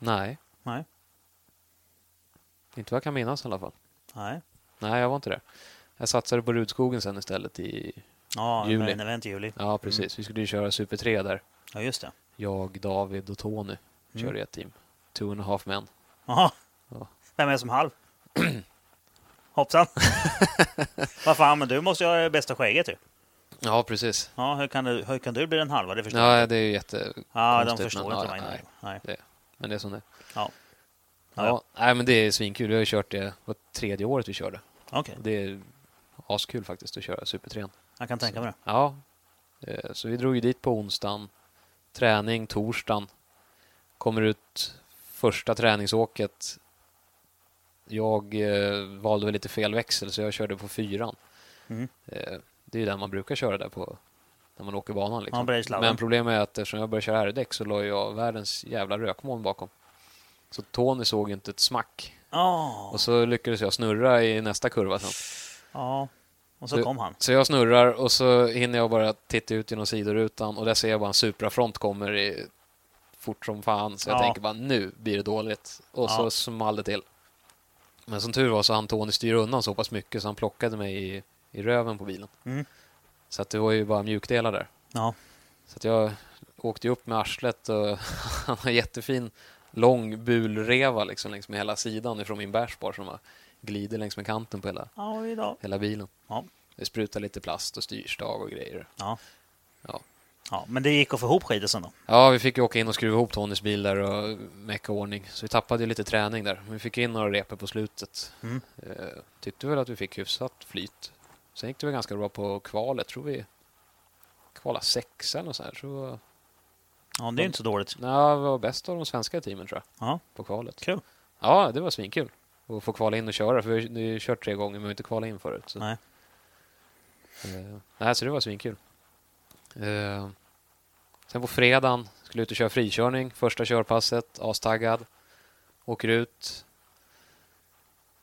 Speaker 2: Nej,
Speaker 1: Nej.
Speaker 2: inte vad jag kan minnas i alla fall.
Speaker 1: Nej.
Speaker 2: Nej, jag var inte där. Jag satsade på Rudskogen sen istället i...
Speaker 1: Ja,
Speaker 2: Juli.
Speaker 1: men event i juli.
Speaker 2: Ja, precis. Vi skulle ju köra Super 3 där.
Speaker 1: Ja, just det.
Speaker 2: Jag, David och Tony körde i ett team. Two and a half men.
Speaker 1: Jaha.
Speaker 2: Ja.
Speaker 1: Vem är som halv? Hoppsan.
Speaker 2: <laughs>
Speaker 1: Vad fan, men du måste ju ha det bästa skägget ju.
Speaker 2: Ja, precis.
Speaker 1: Ja, hur kan du, hur kan du bli den halva? Det förstår jag
Speaker 2: Ja,
Speaker 1: inte.
Speaker 2: det är ju jätte...
Speaker 1: Ja, de
Speaker 2: konstigt,
Speaker 1: förstår
Speaker 2: men,
Speaker 1: inte.
Speaker 2: ja,
Speaker 1: vad jag
Speaker 2: nej.
Speaker 1: menar. Nej.
Speaker 2: Det, men det är som det är.
Speaker 1: Ja.
Speaker 2: Ja,
Speaker 1: Ja,
Speaker 2: Nej, men det är svinkul. Vi har ju kört det, det var tredje året vi körde.
Speaker 1: Okej,
Speaker 2: Det är askul faktiskt att köra Supertren.
Speaker 1: jag kan tänka mig det.
Speaker 2: Ja, eh, så vi drog ju dit på onsdagen. Träning torsdagen. Kommer ut första träningsåket. Jag eh, valde väl lite fel växel så jag körde på fyran.
Speaker 1: Mm.
Speaker 2: Eh, det är ju den man brukar köra där på när man åker banan.
Speaker 1: Ja,
Speaker 2: Liksom.
Speaker 1: Breslau.
Speaker 2: Men problemet är att eftersom jag började köra R-däck så la jag världens jävla rökmoln bakom. Så Tony såg ju inte ett smack.
Speaker 1: Ja,
Speaker 2: Och så lyckades jag snurra i nästa kurva sen.
Speaker 1: ja. Och så kom han.
Speaker 2: Så jag snurrar och så hinner jag bara titta ut genom sidorutan och där ser jag bara en Supra-front kommer i, fort som fan. Så jag
Speaker 1: Ja.
Speaker 2: tänker bara nu blir det dåligt. Och
Speaker 1: Ja.
Speaker 2: så small det till. Men som tur var så hann Tony styra undan så pass mycket så han plockade mig i, i röven på bilen.
Speaker 1: Mm.
Speaker 2: Så att det var ju bara mjukdelar där.
Speaker 1: Ja,
Speaker 2: Så att jag åkte ju upp med arslet och <laughs> han har en jättefin lång bulreva liksom längs med hela sidan ifrån min bärspar som bara glider längs med kanten på hela,
Speaker 1: ja idag.
Speaker 2: hela bilen.
Speaker 1: Ja.
Speaker 2: Det sprutar lite plast och styrstag och grejer.
Speaker 1: Ja.
Speaker 2: Ja.
Speaker 1: ja, men det gick att få ihop skiten sen då.
Speaker 2: Ja, vi fick ju åka in och skruva ihop Tonys bil där och mecka ordning. Så vi tappade ju lite träning där. Men vi fick in några repor på slutet.
Speaker 1: Mm.
Speaker 2: Eh, tyckte väl att vi fick hyfsat flyt. Sen gick det väl ganska bra på kvalet. Tror vi kvala sexa eller så här. Så
Speaker 1: Ja, det är ju inte så dåligt.
Speaker 2: nej, vi var bäst av de svenska teamen tror jag
Speaker 1: Ja,
Speaker 2: på kvalet.
Speaker 1: kul.
Speaker 2: Ja, det var svinkul. Att få kvala in och köra. För vi har ju- vi har ju kört tre gånger men vi har inte kvalat in förut. Så.
Speaker 1: Nej.
Speaker 2: Eh, nej, så det var svinkul. Eh, sen på fredagen skulle jag ut och köra frikörning. Första körpasset, astaggad. Åker ut.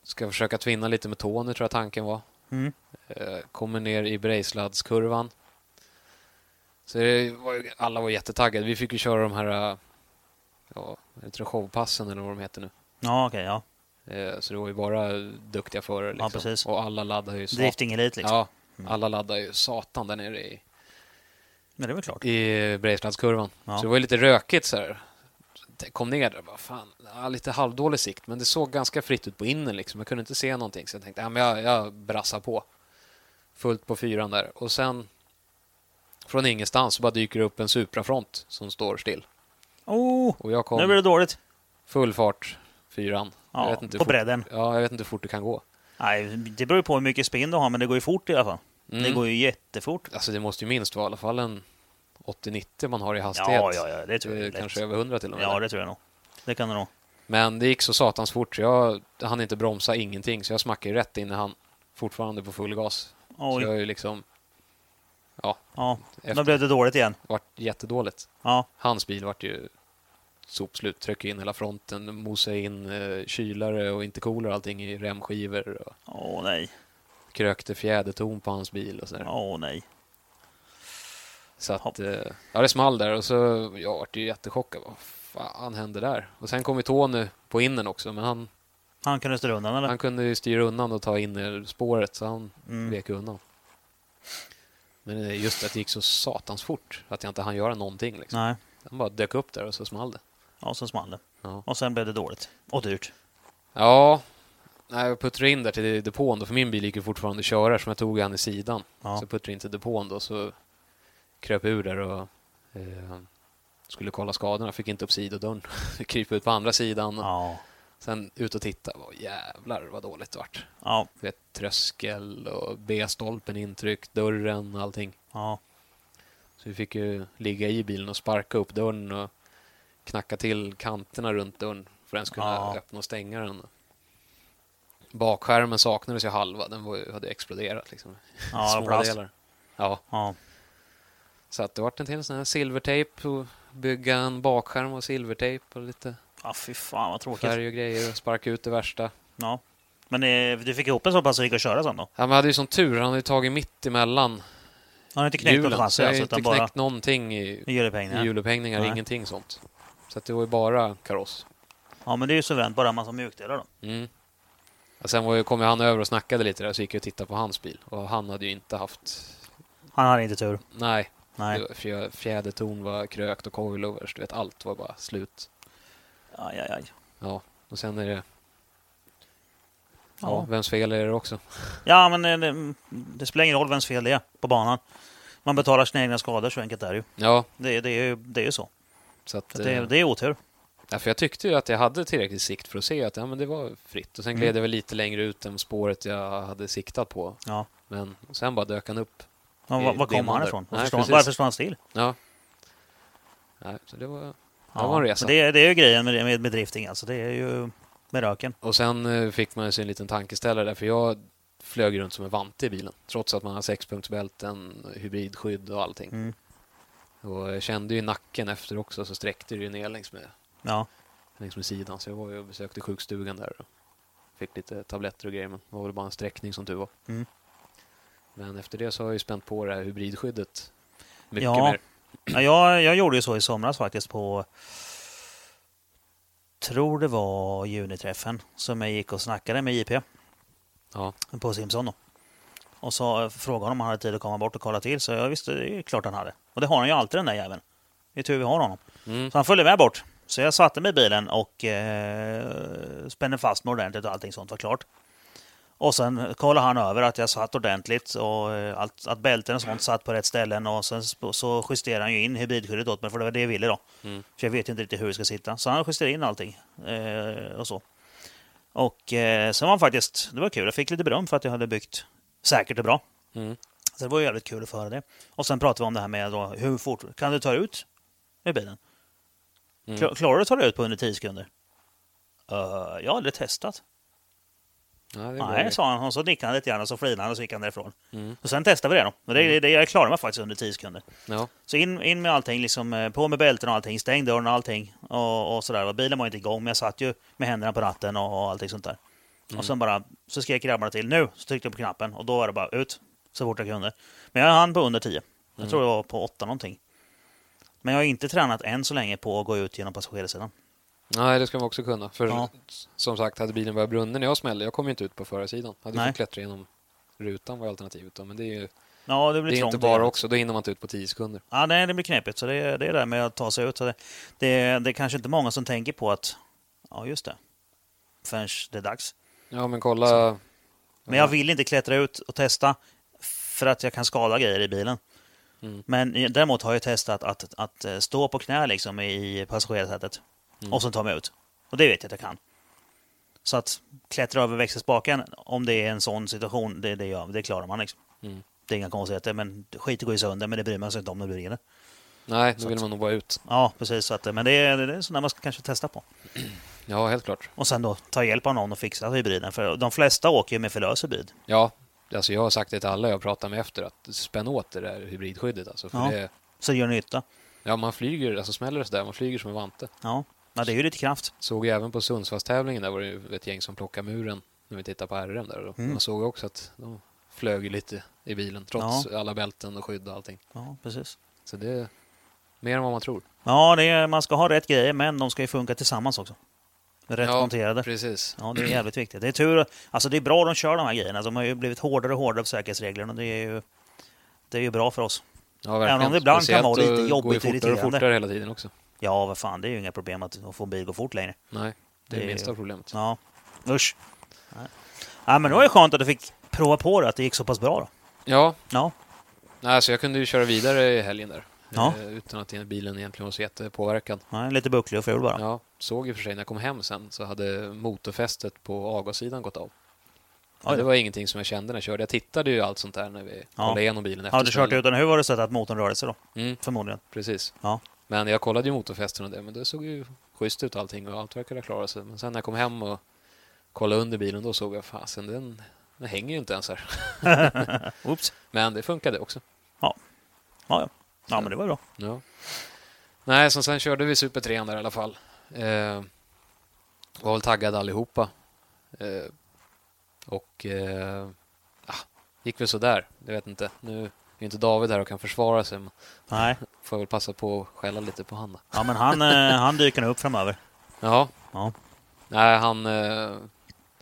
Speaker 2: Ska försöka tvinna lite med Tony tror jag tanken var.
Speaker 1: Mm.
Speaker 2: Eh, kommer ner i Brejsladskurvan. Så det var, ju- alla var jättetaggade. Vi fick ju köra de här eh, ja, heter det showpassen eller vad de heter nu.
Speaker 1: Ja, okej, ja.
Speaker 2: Eh, Så det var ju bara duktiga förare. Liksom.
Speaker 1: precis.
Speaker 2: Och alla laddar ju satan.
Speaker 1: Drifting Elite liksom.
Speaker 2: Ja, alla laddar ju satan där nere i,
Speaker 1: Men det är väl klart.
Speaker 2: i Breislandskurvan.
Speaker 1: Ja.
Speaker 2: Så det var ju lite rökigt så här. Det Kom ner där och bara, fan, ja, lite halvdålig sikt, men det såg ganska fritt ut på innen liksom. Jag kunde inte se någonting, så jag tänkte, ja, men jag, jag brassar på. Fullt på fyran där. Och sen, från ingenstans, så bara dyker det upp en Suprafront som står still.
Speaker 1: Oh,
Speaker 2: Och jag kom
Speaker 1: nu blir det dåligt.
Speaker 2: full fart, fyran.
Speaker 1: Ja,
Speaker 2: jag vet inte hur
Speaker 1: på
Speaker 2: fort,
Speaker 1: bredden.
Speaker 2: ja, jag vet inte hur fort det kan gå.
Speaker 1: Nej, det beror ju på hur mycket spinn du har, men det går ju fort i alla fall. Det
Speaker 2: Mm.
Speaker 1: går ju jättefort.
Speaker 2: Alltså det måste ju minst vara i alla fall en 80-90 man har i hastighet.
Speaker 1: Ja, ja, ja, det tror jag
Speaker 2: Eh,
Speaker 1: är lätt.
Speaker 2: Kanske över 100 till och med.
Speaker 1: Ja, det tror jag nog. Det kan det nog.
Speaker 2: Men det gick så satans fort så jag hann inte bromsa ingenting så jag smackade ju rätt in i han fortfarande på full gas. Så
Speaker 1: Oj.
Speaker 2: jag har ju liksom
Speaker 1: Ja,
Speaker 2: efter-
Speaker 1: då blev det dåligt igen.
Speaker 2: varit jättedåligt.
Speaker 1: Ja,
Speaker 2: Hans bil vart ju sopslut, tryckte in hela fronten, mosade in eh, kylare och intercooler och allting i remskivor och
Speaker 1: åh nej.
Speaker 2: krökte fjäderton på hans bil och sådär.
Speaker 1: Åh nej.
Speaker 2: Så att,
Speaker 1: Hopp.
Speaker 2: eh, ja det small där och så, jag vart ju jättechockad. Vad fan hände där? Och sen kom ju Tony på innen också, men han,
Speaker 1: Han kunde styra undan eller?
Speaker 2: han kunde ju styra undan och ta in i spåret, så han vek undan. Men eh, just att det gick så satans fort, att jag inte hann göra någonting liksom.
Speaker 1: Nej.
Speaker 2: Han bara dök upp där och så small det.
Speaker 1: Ja, så small det.
Speaker 2: Ja.
Speaker 1: Och sen blev det dåligt. Och dyrt.
Speaker 2: Ja, nej, jag puttrade in där till depån då, för min bil gick ju fortfarande att köra som jag tog han i sidan.
Speaker 1: Ja.
Speaker 2: Så jag puttrade in till depån då, så kröp ur där och eh, skulle kolla skadorna. Fick inte upp sidodörren. <laughs> Krypa ut på andra sidan.
Speaker 1: Ja.
Speaker 2: Sen ut och titta. Vad jävlar vad dåligt det vart.
Speaker 1: Ja.
Speaker 2: Du vet, tröskel och B-stolpen intryckt, dörren och allting.
Speaker 1: Ja.
Speaker 2: Så vi fick ju ligga i bilen och sparka upp dörren och knacka till kanterna runt dörren för att ens kunna
Speaker 1: Ja.
Speaker 2: öppna och stänga den. Bakskärmen saknades ju halva, den var, ju- hade ju exploderat liksom.
Speaker 1: Ja,
Speaker 2: Små
Speaker 1: plast.
Speaker 2: delar. Ja,
Speaker 1: Ja.
Speaker 2: så att det vart en till sån här silvertejp och bygga en bakskärm och silvertejp och lite
Speaker 1: Ja, fy fan vad tråkigt.
Speaker 2: färg och grejer och sparka ut det värsta.
Speaker 1: Ja. Men eh, du fick ihop en så pass att det gick att köra sen då?
Speaker 2: Ja, men jag hade ju som tur, han hade ju tagit mitt emellan
Speaker 1: Han har inte knäckt något
Speaker 2: hjulen.
Speaker 1: chassi
Speaker 2: Så jag har
Speaker 1: alltså,
Speaker 2: ju inte
Speaker 1: utan
Speaker 2: knäckt
Speaker 1: bara
Speaker 2: någonting i,
Speaker 1: hjulupphängningar?
Speaker 2: hjulupphängningar,
Speaker 1: Nej.
Speaker 2: ingenting sånt. Så att det var ju bara kaross.
Speaker 1: Ja, men det är ju suveränt, bara en massa mjukdelar då.
Speaker 2: Mm. Och sen var ju, kom ju han över och snackade lite där, så gick jag och tittade på hans bil. Och han hade ju inte haft...
Speaker 1: Han hade inte tur.
Speaker 2: Nej,
Speaker 1: Nej.
Speaker 2: det var- fjä- fjäderton var krökt och coilovers. Du vet, allt var bara slut.
Speaker 1: Aj, aj, aj.
Speaker 2: Ja, och sen är det... Ja,
Speaker 1: Ja.
Speaker 2: vems fel är det också?
Speaker 1: Ja, men eh, det, det spelar ingen roll vems fel det är på banan. Man betalar sina egna skador, så enkelt är det ju.
Speaker 2: Ja,
Speaker 1: Det, det, är, ju- det är ju så.
Speaker 2: så att...
Speaker 1: så att det,
Speaker 2: eh,
Speaker 1: det är otur.
Speaker 2: Ja, för jag tyckte ju att jag hade tillräckligt sikt för att se att ja, men det var fritt. Och
Speaker 1: Mm.
Speaker 2: sen gled jag väl lite längre ut än spåret jag hade siktat på.
Speaker 1: Ja.
Speaker 2: Men och sen bara dök han upp.
Speaker 1: Men, var, var
Speaker 2: Det
Speaker 1: kom
Speaker 2: är
Speaker 1: han
Speaker 2: måndag.
Speaker 1: ifrån?
Speaker 2: Nej,
Speaker 1: Varför står han-
Speaker 2: precis.
Speaker 1: varför står han still?
Speaker 2: Ja. Nej, så det var, det var en resa.
Speaker 1: men Det, det är ju grejen med, med, med drifting alltså. Det är ju med röken.
Speaker 2: Och sen eh, fick man ju sig en liten tankeställare där, för jag flög runt som en vante i bilen. Trots att man har sexpunktsbälten, hybridskydd och allting.
Speaker 1: Mm.
Speaker 2: Och jag kände ju nacken efter också, så sträckte det ju ner längs med,
Speaker 1: Ja.
Speaker 2: längs med liksom sidan. Så jag var ju och besökte sjukstugan där och fick lite tabletter och grejer, men det var väl bara en sträckning som tur var.
Speaker 1: Mm.
Speaker 2: Men efter det så har jag ju spänt på det här hybridskyddet mycket
Speaker 1: Ja.
Speaker 2: mer.
Speaker 1: Ja, Jag, jag gjorde ju så i somras faktiskt på tror det var juniträffen som jag gick och snackade med JP
Speaker 2: Ja.
Speaker 1: på Simpson då. Och så frågade honom om han hade tid att komma bort och kolla till så jag visste det är klart han hade. Och det har han ju alltid den där jäveln. Det är tur vi har honom.
Speaker 2: Mm.
Speaker 1: Så han följde med bort. Så jag satte mig i bilen och eh, spände fast mig ordentligt och allting sånt var klart. Och sen kollade han över att jag satt ordentligt och eh, allt, att bälten och sånt satt på rätt ställen. Och sen sp- så justerade han ju in hybridskyddet åt mig, för det var det jag ville då. För jag vet ju inte riktigt hur det ska sitta. Så han justerade in allting. Eh, och så. Och eh, sen var han faktiskt, det var kul, jag fick lite beröm för att jag hade byggt säkert och bra.
Speaker 2: Mm.
Speaker 1: Så det var ju jävligt kul att få höra det. Och sen pratade vi om det här med då, hur fort kan du ta ut med bilen?
Speaker 2: Mm.
Speaker 1: Kla- Klarar du att ta dig ut på under 10 sekunder? "Eh, jag har aldrig testat.
Speaker 2: Ja, det är bra
Speaker 1: Nej,
Speaker 2: grej.
Speaker 1: sa han. Och så nickade han lite grann och så flinade han och så gick han därifrån.
Speaker 2: Mm.
Speaker 1: Och sen testade vi det då. Men det, det, jag klarade mig faktiskt under 10 sekunder.
Speaker 2: Ja.
Speaker 1: Så in, in med allting, liksom, eh, på med bälten och allting, stäng dörren och allting. Och, och sådär. Och bilen var inte igång, men jag satt ju med händerna på ratten och, och allting sånt där.
Speaker 2: Mm.
Speaker 1: Och sen bara, så skrek grabbarna till nu, så tryckte jag på knappen och då var det bara ut så fort jag kunde. Men jag hann på under 10. Jag
Speaker 2: Mm.
Speaker 1: tror jag var på 8 någonting. Men jag har inte tränat än så länge på att gå ut genom passagerarsidan.
Speaker 2: Nej, det ska man också kunna. För
Speaker 1: Ja.
Speaker 2: som sagt, hade bilen börjat brunnen när jag smällde, jag kom ju inte ut på förarsidan. Hade
Speaker 1: Nej.
Speaker 2: fått klättra genom rutan var alternativet då, men det är ju
Speaker 1: Ja, det
Speaker 2: det
Speaker 1: blir
Speaker 2: är
Speaker 1: trångt
Speaker 2: inte
Speaker 1: och
Speaker 2: bara
Speaker 1: jävligt.
Speaker 2: också, då hinner man inte ut på 10 sekunder.
Speaker 1: Ja, nej, det blir knepigt. Så det, det är det där med att ta sig ut. Så det, det, det är kanske inte många som tänker på att, ja just det, förrän det är dags.
Speaker 2: Ja, men kolla.
Speaker 1: Men jag vill inte klättra ut och testa för att jag kan skada grejer i bilen. Men eh, däremot har jag testat att, att eh, stå på knä liksom i passagerarsätet och sen ta mig ut. Och det vet jag att jag kan. Så att klättra över växelspaken, om det är en sån situation, det, det, gör, det klarar man. Liksom. Det är inga konstigheter, men skit går ju sönder, men det bryr man sig inte om när det brinner.
Speaker 2: Nej, då vill man nog bara ut.
Speaker 1: Ja, precis. Så att, men det är, det är sådana man ska kanske testa på.
Speaker 2: Ja, helt klart.
Speaker 1: Och sen då ta hjälp av någon och fixa hybriden. För de flesta åker ju med för lös hybrid.
Speaker 2: Ja, alltså jag har sagt det till alla jag pratar med efter, att spänn åt det där hybridskyddet alltså. För
Speaker 1: Ja.
Speaker 2: det,
Speaker 1: Så det gör nytta.
Speaker 2: ja, man flyger, alltså smäller det sådär, man flyger som en vante.
Speaker 1: Ja. ja, det är ju lite kraft.
Speaker 2: Såg jag även på Sundsvallstävlingen, där var det ju ett gäng som plockade muren, när vi tittar på RM där.
Speaker 1: Mm.
Speaker 2: Och Man såg också att de flög ju lite i bilen, trots alla bälten och skydd och allting.
Speaker 1: Ja, precis.
Speaker 2: Så det är mer än vad man tror.
Speaker 1: Ja, det är, man ska ha rätt grejer, men de ska ju funka tillsammans också. Rätt
Speaker 2: ja,
Speaker 1: monterade.
Speaker 2: Precis.
Speaker 1: Ja, det är jävligt viktigt. Det är tur. Alltså det är bra de kör de här grejerna. De har ju blivit hårdare och hårdare på säkerhetsreglerna. Det är ju, det är ju bra för oss.
Speaker 2: Ja, verkligen.
Speaker 1: Även om det ibland kan
Speaker 2: Speciellt
Speaker 1: vara lite
Speaker 2: att det
Speaker 1: jobbigt
Speaker 2: går ju fortare och
Speaker 1: irriterande.
Speaker 2: fortare hela tiden också.
Speaker 1: Ja, vad fan, det är ju inga problem att att få en bil gå fort längre.
Speaker 2: Nej, det är
Speaker 1: Det
Speaker 2: det
Speaker 1: är
Speaker 2: minsta
Speaker 1: ju-
Speaker 2: problemet.
Speaker 1: Ja, usch. Nej. Ja, men det var ju skönt att du fick prova på det, att det gick så pass bra då.
Speaker 2: Ja,
Speaker 1: Ja,
Speaker 2: nej, så jag kunde ju köra vidare i helgen där.
Speaker 1: Ja.
Speaker 2: Eh, Utan att bilen egentligen var så jättepåverkad.
Speaker 1: nej, lite bucklig och ful bara.
Speaker 2: Ja, såg ju för sig när jag kom hem sen så hade motorfästet på avgassidan gått av. Men
Speaker 1: Oj.
Speaker 2: det var ingenting som jag kände när jag körde. Jag tittade ju allt sånt där när vi
Speaker 1: Ja.
Speaker 2: kollade igenom bilen efter
Speaker 1: Hade du kört
Speaker 2: smällen.
Speaker 1: utan hur var det sett att motorn rörde sig då?
Speaker 2: Mm,
Speaker 1: Förmodligen.
Speaker 2: precis.
Speaker 1: Ja.
Speaker 2: Men jag kollade ju motorfästen och det, men det såg ju schysst ut allting och allt verkade klara sig. Men sen när jag kom hem och kollade under bilen då såg jag, fasen den, den hänger ju inte ens här. <laughs>
Speaker 1: Oops.
Speaker 2: Men det funkade också.
Speaker 1: Ja, ja. ja, men det var ju bra.
Speaker 2: Ja. Nej, som sen körde vi Super 3 där i alla fall. Eh, var väl taggade allihopa. Eh, och eh, ah, gick väl sådär. Jag vet inte. Nu är ju inte David här och kan försvara sig, men
Speaker 1: Nej,
Speaker 2: får jag väl passa på att skälla lite på han då.
Speaker 1: ja, men han, eh, han dyker nog upp framöver.
Speaker 2: Ja,
Speaker 1: Ja.
Speaker 2: Nej, han eh,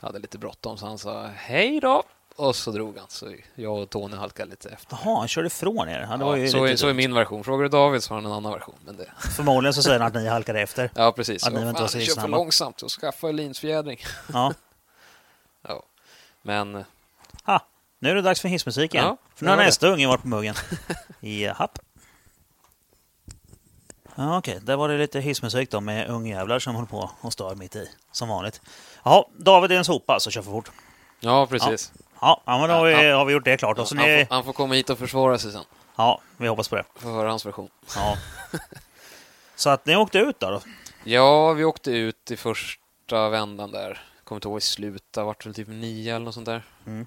Speaker 2: hade lite bråttom så han sa hej då och så drog han. Så jag och Tony halkade lite efter.
Speaker 1: Jaha, han körde ifrån er. Han var
Speaker 2: Ja,
Speaker 1: ju
Speaker 2: så, är,
Speaker 1: lite
Speaker 2: så är
Speaker 1: dumt.
Speaker 2: min version. Frågar du David så har han en annan version. Men det...
Speaker 1: Förmodligen så säger han att ni halkade efter.
Speaker 2: Ja, precis.
Speaker 1: Ja, ni var
Speaker 2: Ja,
Speaker 1: inte
Speaker 2: fan,
Speaker 1: så
Speaker 2: ni kör för
Speaker 1: snabba.
Speaker 2: långsamt och skaffa linsfjädring. <laughs>
Speaker 1: Ja.
Speaker 2: Ja. Men eh,
Speaker 1: Ha, nu är det dags för hissmusik igen.
Speaker 2: Ja,
Speaker 1: för nu har
Speaker 2: det var
Speaker 1: nästa unge varit på
Speaker 2: <laughs>
Speaker 1: muggen. Japp. Ja, Okej, där var det lite hissmusik då med ungjävlar som håller på och stör mitt i. Som vanligt. Jaha, David är en sopa, så kör för fort.
Speaker 2: ja, precis.
Speaker 1: Ja, ja men då har vi,
Speaker 2: Ja.
Speaker 1: har vi gjort det klart. Och så
Speaker 2: han,
Speaker 1: ni,
Speaker 2: får, han får komma hit och försvara sig sen.
Speaker 1: ja, vi hoppas på det.
Speaker 2: Får höra hans version. <laughs>
Speaker 1: Ja. Så att ni åkte ut då? då.
Speaker 2: Ja, vi åkte ut i första vändan där. Kommer inte ihåg i slutet, vart väl typ nio eller något sånt där.
Speaker 1: Mm.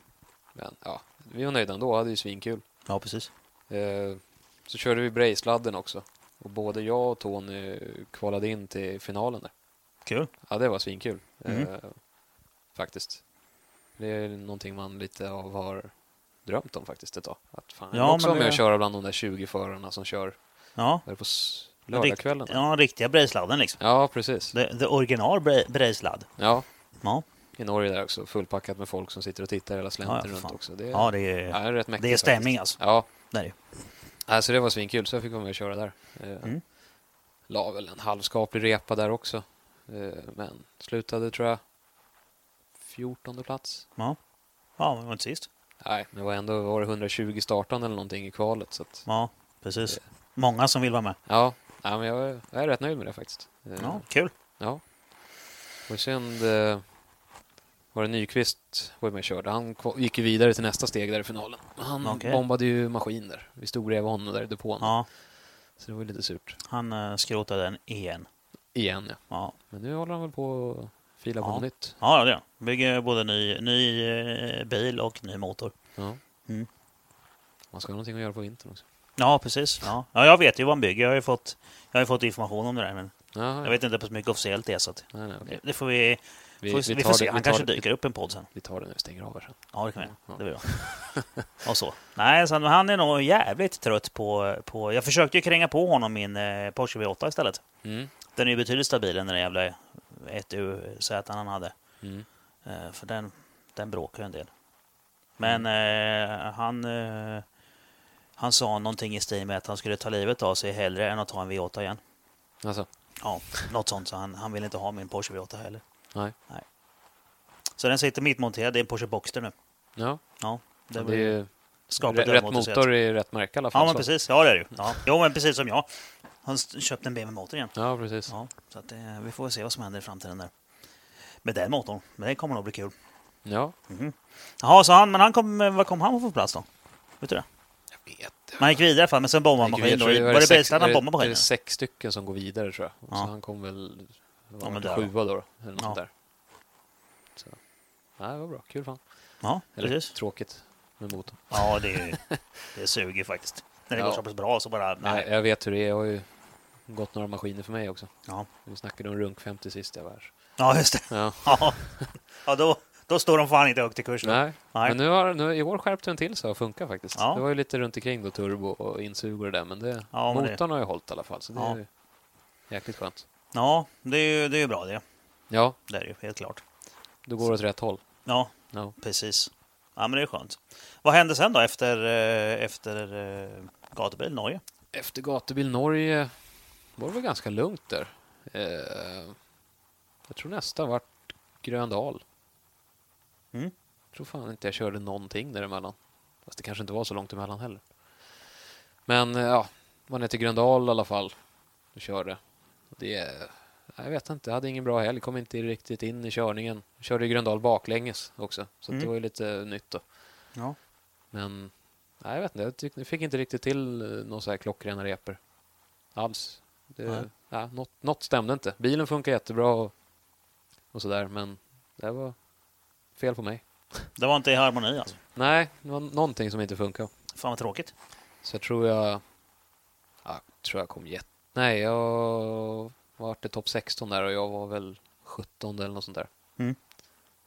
Speaker 2: Men ja, vi var nöjda ändå, hade ju svinkul.
Speaker 1: Ja, precis.
Speaker 2: Eh, så körde vi Brejsladden också. Och både jag och Tony kvalade in till finalen där.
Speaker 1: Kul.
Speaker 2: Ja, det var svinkul.
Speaker 1: Mm.
Speaker 2: Eh, faktiskt. Det är någonting man lite av har drömt om faktiskt ett tag. Att fan, jag
Speaker 1: Ja,
Speaker 2: vill också
Speaker 1: men
Speaker 2: vara med
Speaker 1: det-
Speaker 2: och köra bland de där 20 förarna som kör
Speaker 1: Ja.
Speaker 2: där på s-
Speaker 1: Den rikt-
Speaker 2: lördagskvällen.
Speaker 1: Ja, den riktiga brejsladden liksom.
Speaker 2: Ja, precis.
Speaker 1: The, the original brej- brejsladd.
Speaker 2: Ja,
Speaker 1: Ja.
Speaker 2: i Norge där också. Fullpackat med folk som sitter och tittar hela slänten
Speaker 1: Ja, ja, för
Speaker 2: runt
Speaker 1: fan.
Speaker 2: också. Det,
Speaker 1: ja, det är,
Speaker 2: ja, det är rätt mäktigt.
Speaker 1: det är stämning
Speaker 2: faktiskt.
Speaker 1: alltså.
Speaker 2: Ja,
Speaker 1: Det är det ju.
Speaker 2: Nej, så det var svinkul, så jag fick vara med och köra där. Eh,
Speaker 1: Mm.
Speaker 2: La väl en halvskaplig repa där också. Eh, men slutade, tror jag, 14 plats.
Speaker 1: Ja, men det var inte sist.
Speaker 2: Nej, men det var ändå var det 120 startande eller någonting i kvalet. Så att,
Speaker 1: Ja, precis. Många som vill vara med.
Speaker 2: ja, nej, men jag, är- jag är rätt nöjd med det faktiskt. Eh,
Speaker 1: Ja, kul.
Speaker 2: ja. Och sen eh, var det Nyqvist var med och körde. Han kva- gick ju vidare till nästa steg där i finalen. Han
Speaker 1: Okej.
Speaker 2: bombade ju maskiner. Vi stod bredvid honom där i depån.
Speaker 1: Ja,
Speaker 2: Så det var ju lite surt.
Speaker 1: han eh, skrotade den igen.
Speaker 2: Igen, ja.
Speaker 1: Ja,
Speaker 2: Men nu håller han väl på och filar på
Speaker 1: Ja.
Speaker 2: något nytt.
Speaker 1: ja det gör han. Bygger både ny, ny eh, bil och ny motor.
Speaker 2: Ja.
Speaker 1: Mm.
Speaker 2: Man ska ha någonting att göra på vintern också.
Speaker 1: Ja, precis. Ja. ja, jag vet ju vad han bygger. Jag har ju fått, jag har ju fått information om det där. Men
Speaker 2: Jaha,
Speaker 1: jag vet inte hur mycket officiellt det är. Så att
Speaker 2: Nej, nej, okej.
Speaker 1: det får vi,
Speaker 2: Vi,
Speaker 1: får, vi,
Speaker 2: vi,
Speaker 1: får
Speaker 2: tar
Speaker 1: se.
Speaker 2: det,
Speaker 1: Han
Speaker 2: vi,
Speaker 1: kanske
Speaker 2: tar, det-
Speaker 1: dyker upp en podd sen.
Speaker 2: vi tar det när vi stänger av här sen.
Speaker 1: Ja, det kan vi göra.
Speaker 2: Ja.
Speaker 1: Det blir bra. <laughs> Och så. Nej, så han, han är nog jävligt trött på, på... Jag försökte ju kränga på honom min eh, Porsche V8 istället.
Speaker 2: Mm.
Speaker 1: Den är ju betydligt stabilare än den där jävla 1UZ han hade.
Speaker 2: Mm.
Speaker 1: Eh, för den, den bråkar ju en del. Men
Speaker 2: Mm.
Speaker 1: eh, han, eh, han sa någonting i stil med att han skulle ta livet av sig hellre än att ta en V8 igen.
Speaker 2: Alltså,
Speaker 1: Ja, något sånt. Så han, han vill inte ha min Porsche V8 heller.
Speaker 2: nej.
Speaker 1: Så den sitter mittmonterad. Det är en Porsche Boxster nu.
Speaker 2: Ja,
Speaker 1: Ja,
Speaker 2: det,
Speaker 1: det var ju
Speaker 2: är
Speaker 1: skapligt
Speaker 2: rätt
Speaker 1: dödmotor, så att-
Speaker 2: motor i rätt märke i alla fall.
Speaker 1: Ja, men
Speaker 2: så.
Speaker 1: precis. Ja, det är det ju. Ja. Jo, men precis som jag. Han s- köpte en BMW motor igen.
Speaker 2: Ja, precis. Ja.
Speaker 1: Ja, så att, eh, vi får väl se vad som händer i framtiden där. Med den motorn. Men det kommer nog bli kul. Jaha, så han, men han kom, eh, vad kom han på plats då? Vet du det?
Speaker 2: Jag vet.
Speaker 1: Man gick vidare i alla fall, men sen bombade han maskinen. Var, var det Bergstrand han bombade
Speaker 2: Det är
Speaker 1: maskinen?
Speaker 2: sex stycken som går vidare tror jag. Och
Speaker 1: Ja.
Speaker 2: Så han kom väl
Speaker 1: Ja,
Speaker 2: var
Speaker 1: men
Speaker 2: han
Speaker 1: där
Speaker 2: sjua då, eller något
Speaker 1: Ja.
Speaker 2: sånt där. Så. Nej, det var bra. Kul fan.
Speaker 1: Ja,
Speaker 2: Eller
Speaker 1: precis.
Speaker 2: tråkigt med motorn.
Speaker 1: Ja, det, är, ju-
Speaker 2: <laughs>
Speaker 1: det suger faktiskt. När det
Speaker 2: Ja.
Speaker 1: går så pass bra så bara...
Speaker 2: Nej,
Speaker 1: Nej.
Speaker 2: jag vet hur det är. Jag har ju gått några maskiner för mig också.
Speaker 1: Ja.
Speaker 2: Vi snackade om Runk 50 sist jag var här.
Speaker 1: ja, just det.
Speaker 2: Ja.
Speaker 1: <laughs> Ja, ja då, då står de fan inte högt i kurs. då.
Speaker 2: Nej.
Speaker 1: Nej.
Speaker 2: Men nu har, nu, i år skärpte den till så det funkar faktiskt.
Speaker 1: Ja.
Speaker 2: Det var ju lite runt omkring då, turbo och insug och det där, men det,
Speaker 1: Ja, men det-
Speaker 2: motorn har ju hållit i alla fall, så det
Speaker 1: Ja.
Speaker 2: är ju jäkligt skönt.
Speaker 1: Ja, det är ju det är ju bra det.
Speaker 2: Ja,
Speaker 1: Det är det ju, helt klart.
Speaker 2: då går det åt rätt håll.
Speaker 1: Ja,
Speaker 2: Ja.
Speaker 1: Precis. Ja, men det är skönt. Vad hände sen då efter, eh, efter eh, gatubil Norge?
Speaker 2: Efter gatubil Norge var det väl ganska lugnt där. Eh, jag tror nästa vart Gröndal.
Speaker 1: Mm.
Speaker 2: Jag tror fan inte jag körde någonting däremellan. Fast det kanske inte var så långt emellan heller. Men eh, ja, man är till Gröndal i alla fall och körde. Det, är- nej, jag vet inte, jag hade ingen bra helg. Kom inte riktigt in i körningen. Körde i Gröndal baklänges också. Så
Speaker 1: Mm.
Speaker 2: det var ju lite nytt då.
Speaker 1: Ja.
Speaker 2: Men nej, jag vet inte, jag, tyckte, jag fick inte riktigt till eh, några så här klockrena repor. Alls. Det,
Speaker 1: Nej.
Speaker 2: nej, något, något stämde inte. Bilen funkar jättebra och, och sådär, men det var fel på mig.
Speaker 1: Det var inte i harmoni alltså.
Speaker 2: Nej, det var någonting som inte funkar.
Speaker 1: Fan vad tråkigt.
Speaker 2: Så jag tror jag... ja, Jag tror jag kom jätte... Nej, jag var till topp 16 där och jag var väl 17 eller något sånt där.
Speaker 1: Mm.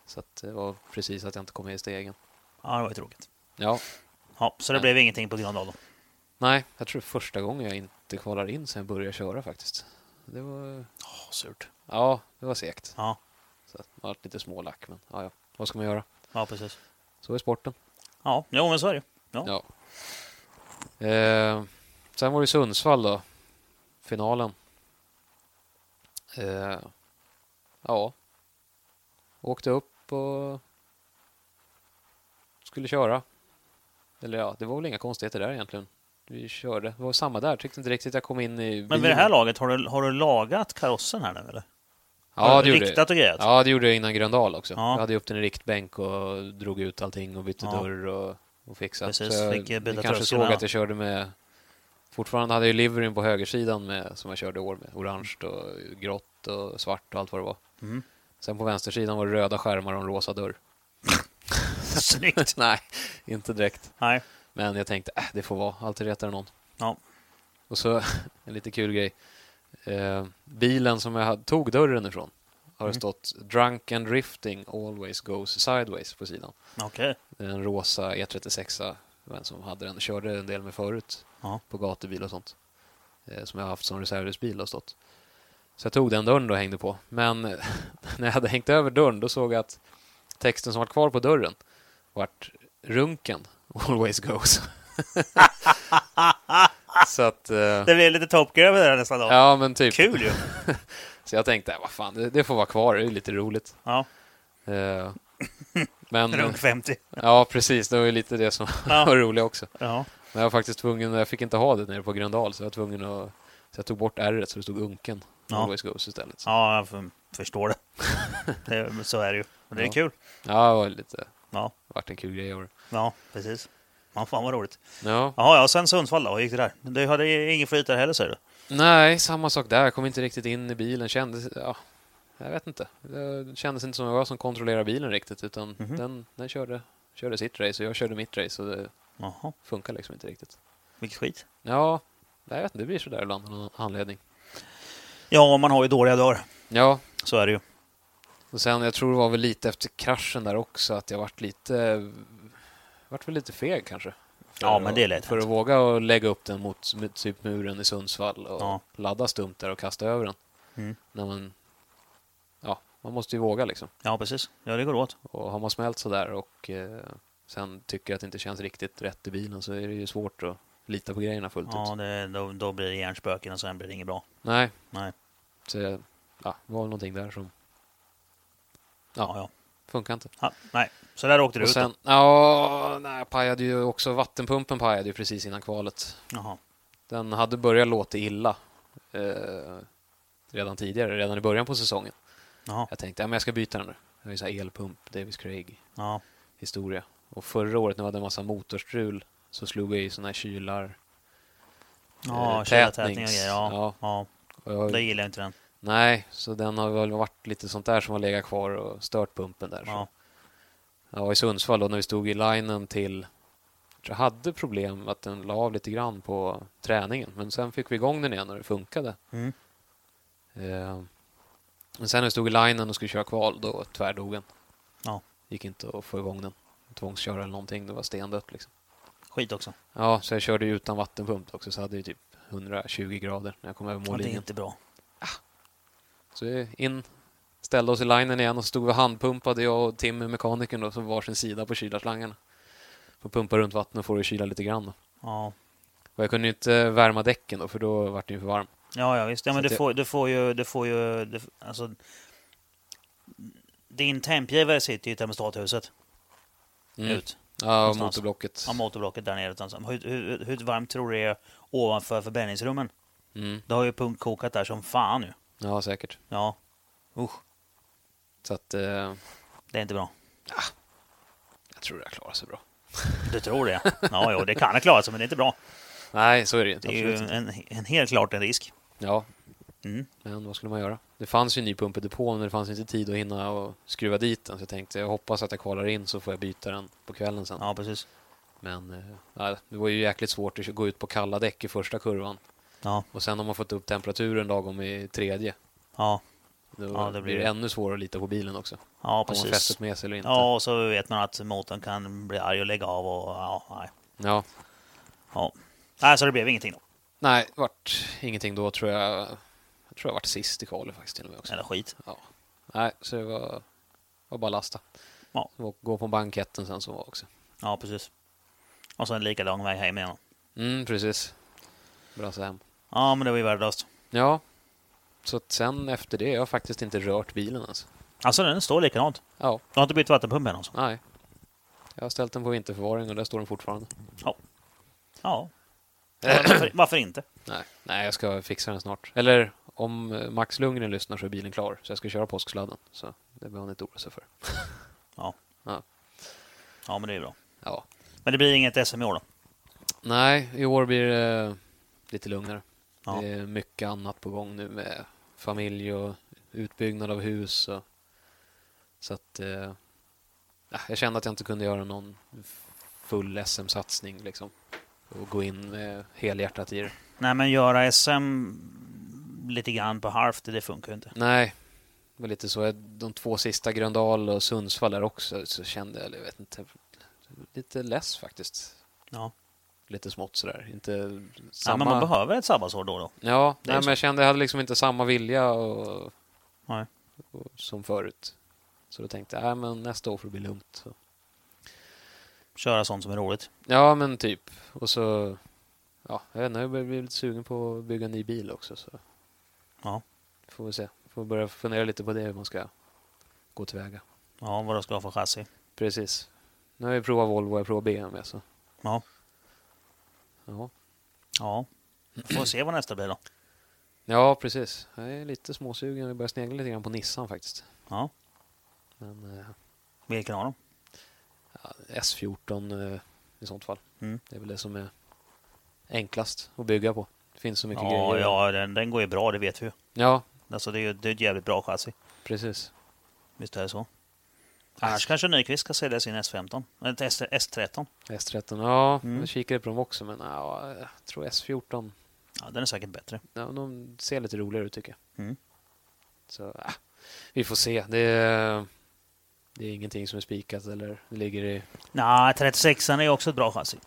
Speaker 2: Så att det var precis att jag inte kom med i stegen.
Speaker 1: Ja, det var ju tråkigt.
Speaker 2: Ja,
Speaker 1: Ja, så det
Speaker 2: Nej.
Speaker 1: blev ingenting på Gröndal då.
Speaker 2: Nej, jag tror första gången jag inte kvalar in sen jag började köra faktiskt. Det var,
Speaker 1: Oh, surt.
Speaker 2: ja, det var segt.
Speaker 1: Ja.
Speaker 2: Så att man varit lite smålack, men ja, ja. Vad ska man göra?
Speaker 1: Ja, precis.
Speaker 2: Så är sporten.
Speaker 1: Ja, jo, men så är det ju. Ja.
Speaker 2: Ja. Eh, sen var det Sundsvall då. Finalen. Eh, ja. Åkte upp och skulle köra. Eller ja, det var väl inga konstigheter där egentligen. Vi körde. Det var samma där. Tyckte inte riktigt jag kom in i
Speaker 1: Men vid det här laget, har du, har du lagat karossen här nu eller?
Speaker 2: Ja, det gjorde jag.
Speaker 1: Riktat och grejat?
Speaker 2: Ja, det gjorde jag innan Gröndal också.
Speaker 1: Ja.
Speaker 2: Jag hade ju upp den i riktbänk och drog ut allting och bytte
Speaker 1: Ja.
Speaker 2: dörr och, och fixat.
Speaker 1: Precis,
Speaker 2: Så jag,
Speaker 1: fick, eh,
Speaker 2: ni
Speaker 1: byta
Speaker 2: kanske såg
Speaker 1: tröskorna.
Speaker 2: att jag körde med... Fortfarande hade jag ju liveryn på högersidan med, som jag körde i år med. Orange och grått och svart och allt vad det var.
Speaker 1: Mm.
Speaker 2: Sen på vänstersidan var det röda skärmar och en rosa dörr.
Speaker 1: <laughs> Snyggt!
Speaker 2: <laughs> Nej, inte direkt.
Speaker 1: Nej.
Speaker 2: Men jag tänkte, äh, det får vara. Alltid retar någon.
Speaker 1: Ja.
Speaker 2: Och så <laughs> en lite kul grej. Eh, bilen som jag hade, tog dörren ifrån har det stått Drunk and drifting always goes sideways på sidan.
Speaker 1: Okej.
Speaker 2: Det är en rosa E36, vem som hade den, körde en del med förut
Speaker 1: Ja.
Speaker 2: på gatubil och sånt. Eh, som jag har haft som reservhusbil och stått. Så jag tog den dörren då och hängde på. Men <laughs> när jag hade hängt över dörren då såg jag att texten som var kvar på dörren vart runken always goes. <laughs> så att... Eh,
Speaker 1: Det blev lite Top Gear över det här nästan då.
Speaker 2: ja men typ.
Speaker 1: Kul ju!
Speaker 2: Så jag tänkte, vad fan, det, det får vara kvar, det är ju lite roligt.
Speaker 1: Ja, <laughs>
Speaker 2: Eh, men,
Speaker 1: runt 50.
Speaker 2: ja precis, det var ju lite det som
Speaker 1: Ja.
Speaker 2: <laughs> var roligt också.
Speaker 1: Ja.
Speaker 2: Men jag var faktiskt tvungen, jag fick inte ha det nere på Gröndal, så jag var tvungen att, så jag tog bort r så det stod Unken.
Speaker 1: Ja.
Speaker 2: Always goes istället. Ja,
Speaker 1: Ja, jag f- förstår
Speaker 2: <laughs>
Speaker 1: det. det. men Så är det ju. Men det är
Speaker 2: Ja.
Speaker 1: kul.
Speaker 2: det var lite,
Speaker 1: Ja,
Speaker 2: vart en kul grej av det.
Speaker 1: ja precis. Ja, fan vad roligt.
Speaker 2: Ja,
Speaker 1: Jaha, ja, sen Sundsvall då. Hur gick det där? Du hade ju ingen flyt där heller säger du?
Speaker 2: nej, samma sak där, jag kom inte riktigt in i bilen, kändes, ja, jag vet inte. Det kändes inte som jag var som kontrollerade bilen riktigt, utan
Speaker 1: Mhm.
Speaker 2: den, den körde, körde sitt race och jag körde mitt race och det
Speaker 1: Jaha,
Speaker 2: funkar liksom inte riktigt.
Speaker 1: vilket skit.
Speaker 2: Ja, jag vet inte, det blir sådär ibland av någon anledning.
Speaker 1: Ja, man har ju dåliga dagar.
Speaker 2: Ja,
Speaker 1: Så är det ju.
Speaker 2: och sen jag tror det var väl lite efter kraschen där också att jag vart lite, vart väl lite feg kanske. För
Speaker 1: Ja, men det är lätt
Speaker 2: att, För att våga och lägga upp den mot mot typ muren i Sundsvall och
Speaker 1: Ja.
Speaker 2: ladda stumt där och kasta över den.
Speaker 1: Mm.
Speaker 2: När man, ja, man måste ju våga liksom.
Speaker 1: Ja, precis. Ja, det går åt.
Speaker 2: Och har man smält sådär och eh, sen tycker att det inte känns riktigt rätt i bilen så är det ju svårt att lita på grejerna fullt
Speaker 1: Ja,
Speaker 2: ut.
Speaker 1: det, då, då blir det hjärnspöken och sen blir det inget bra.
Speaker 2: Nej,
Speaker 1: Nej.
Speaker 2: så ja, det var väl någonting där som
Speaker 1: Ja, ja.
Speaker 2: funkar inte.
Speaker 1: ja nej, så där åkte du
Speaker 2: Och
Speaker 1: ut
Speaker 2: sen, ja, nej, jag pajade ju också, vattenpumpen pajade ju precis innan kvalet.
Speaker 1: då. Jaha.
Speaker 2: Den hade börjat låta illa eh, redan tidigare, redan i början på säsongen.
Speaker 1: Jaha.
Speaker 2: Jag tänkte, ja, men jag ska byta den nu. Det var ju så här elpump, Davis Craig
Speaker 1: Ja.
Speaker 2: historia. Och förra året när vi hade en massa motorstrul så slog jag i sådana här kylar.
Speaker 1: Ja,
Speaker 2: Eh,
Speaker 1: kylartätning och
Speaker 2: tätnings-
Speaker 1: grejer. Ja, ja.
Speaker 2: Och jag,
Speaker 1: det gillar jag inte den.
Speaker 2: nej, så den har väl varit lite sånt där som har legat kvar och stört pumpen där.
Speaker 1: Ja.
Speaker 2: Så Jag var i Sundsvall då när vi stod i linen till... Jag tror jag hade problem att den la av lite grann på träningen. Men sen fick vi igång den igen och det funkade.
Speaker 1: Mm.
Speaker 2: Eh, men sen när vi stod i linen och skulle köra kval, då tvärdog den.
Speaker 1: Ja.
Speaker 2: Gick inte att få igång den. Tvångsköra eller någonting, det var stendött liksom.
Speaker 1: Skit också.
Speaker 2: Ja, så jag körde ju utan vattenpump också, så hade ju typ 120 grader när jag kom över
Speaker 1: Ja, det är
Speaker 2: mållinjen.
Speaker 1: inte bra.
Speaker 2: Så vi in, ställde oss i linen igen och stod vi och handpumpade, jag och Timmy, mekanikern, då, som varsin sida på kylarslangarna. Får pumpa runt vattnet och få det att kyla lite grann. Då.
Speaker 1: Ja,
Speaker 2: Och jag kunde ju inte eh, värma däcken då, för då var det ju för varm.
Speaker 1: ja, ja visst. Ja,
Speaker 2: Så
Speaker 1: men
Speaker 2: att
Speaker 1: du
Speaker 2: jag-
Speaker 1: får, du får ju... Du får ju du, alltså, din tempgivare sitter ju i termostathuset.
Speaker 2: Mm.
Speaker 1: Ut.
Speaker 2: Ja,
Speaker 1: Någonstans.
Speaker 2: motorblocket.
Speaker 1: Av motorblocket där nere. utan- Hur, hur, hur varmt tror du det är ovanför förbränningsrummen?
Speaker 2: Mm.
Speaker 1: Det har ju punktkokat där som fan nu.
Speaker 2: Ja, säkert.
Speaker 1: Ja. Usch,
Speaker 2: Så att eh,
Speaker 1: det är inte bra.
Speaker 2: jag tror det här klarar sig bra.
Speaker 1: Du tror det? Ja, jo, det kan ha klarat sig, men det är inte bra.
Speaker 2: Nej, så är det ju inte.
Speaker 1: Det är ju
Speaker 2: Absolut inte.
Speaker 1: en, en helt klart en risk.
Speaker 2: Ja,
Speaker 1: Mm.
Speaker 2: men vad skulle man göra? Det fanns ju en ny pump i depån, men det fanns inte tid att hinna och skruva dit den. Så jag tänkte, jag hoppas att jag kvalar in så får jag byta den på kvällen sen.
Speaker 1: Ja, precis.
Speaker 2: Men eh, nej, det var ju jäkligt svårt att gå ut på kalla däck i första kurvan.
Speaker 1: Ja,
Speaker 2: Och sen har man fått upp temperaturen lagom i tredje.
Speaker 1: ja,
Speaker 2: Då
Speaker 1: Ja, det
Speaker 2: blir
Speaker 1: blir
Speaker 2: det
Speaker 1: det.
Speaker 2: ännu svårare att lita på bilen också.
Speaker 1: ja
Speaker 2: Om man
Speaker 1: precis.
Speaker 2: fästet med sig eller inte.
Speaker 1: Ja, och så vet man att motorn kan bli arg och lägga av och ja, nej.
Speaker 2: Ja.
Speaker 1: Ja. Nej, så det blev ingenting då.
Speaker 2: Nej, vart ingenting då tror jag. Jag tror jag vart sist i kvalet faktiskt till och med också.
Speaker 1: Eller skit.
Speaker 2: Ja. Nej, så det var, var bara lasta.
Speaker 1: Ja.
Speaker 2: Så Gå på banketten sen som var också.
Speaker 1: Ja, precis. Och så en lika lång väg hem igen.
Speaker 2: Mm, precis. Brassa hem.
Speaker 1: Ja, men det var ju värdelöst.
Speaker 2: Ja. Så att sen efter det, jag har faktiskt inte rört bilen alltså.
Speaker 1: Alltså den står likadant.
Speaker 2: Ja,
Speaker 1: Du har inte bytt vattenpump än alltså?
Speaker 2: nej. Jag har ställt den på vinterförvaring och där står den fortfarande.
Speaker 1: Ja. <clears throat> Varför, varför inte?
Speaker 2: Nej, nej jag ska fixa den snart. Eller om eh, Max Lundgren lyssnar så är bilen klar. Så jag ska köra påsksladden. Så det behöver han inte oroa sig för.
Speaker 1: Ja.
Speaker 2: Ja.
Speaker 1: Ja, men det är ju bra.
Speaker 2: Ja.
Speaker 1: Men det blir inget SM i år då?
Speaker 2: Nej, i år blir det eh, lite lugnare.
Speaker 1: Ja.
Speaker 2: Det är mycket annat på gång nu med familj och utbyggnad av hus. Och, så att eh, ja, jag kände att jag inte kunde göra någon full SM-satsning liksom. Och gå in med helhjärtat i det.
Speaker 1: Nej, men göra SM lite grann på halvt, det funkar ju inte.
Speaker 2: Nej, det var lite så. De två sista, Gröndal och Sundsvall där också, så kände jag, jag vet inte, lite less faktiskt.
Speaker 1: Ja.
Speaker 2: Lite smått sådär. Inte
Speaker 1: Ja,
Speaker 2: samma...
Speaker 1: men man behöver ett sabbatsår då och då.
Speaker 2: Ja,
Speaker 1: Det är
Speaker 2: nej, men
Speaker 1: så.
Speaker 2: jag kände jag hade liksom inte samma vilja och,
Speaker 1: Nej.
Speaker 2: och, som förut. Så då tänkte jag, nej, men nästa år får det bli lugnt. Så.
Speaker 1: Köra sånt som är roligt.
Speaker 2: Ja, men typ. Och så, ja, jag vet inte, jag börjar bli lite sugen på att bygga en ny bil också. Så.
Speaker 1: Ja.
Speaker 2: Får vi se. Får börja fundera lite på det, hur man ska gå tillväga.
Speaker 1: Ja, vad du ska ha för chassi.
Speaker 2: Precis. Nu har jag provat Volvo, jag provar BMW. Så.
Speaker 1: Ja.
Speaker 2: Ja.
Speaker 1: Ja. Får se vad nästa blir då.
Speaker 2: ja, precis. Jag är lite småsugen. Jag börjar snegla lite grann på Nissan faktiskt.
Speaker 1: Ja.
Speaker 2: Men eh,
Speaker 1: Vilken av dem?
Speaker 2: S14 eh, i sånt fall.
Speaker 1: Mm.
Speaker 2: Det är väl det som är enklast att bygga på. Det finns så mycket
Speaker 1: Ja,
Speaker 2: grejer.
Speaker 1: ja den, den går ju bra, det vet vi ju.
Speaker 2: ja,
Speaker 1: Alltså, det är ju det är ett jävligt bra chassi.
Speaker 2: precis.
Speaker 1: Visst är det så. Annars kanske Nyqvist ska sälja sin S15. Eller S- S13.
Speaker 2: S13, ja,
Speaker 1: Mm.
Speaker 2: jag kikade på dem också men ja, jag tror S14,
Speaker 1: Ja, den är säkert bättre.
Speaker 2: ja, de ser lite roligare ut tycker jag.
Speaker 1: Mm.
Speaker 2: Så ah, vi får se. Det är, det är ingenting som är spikat eller det ligger i...
Speaker 1: Nej, 36an är ju också ett bra chassi.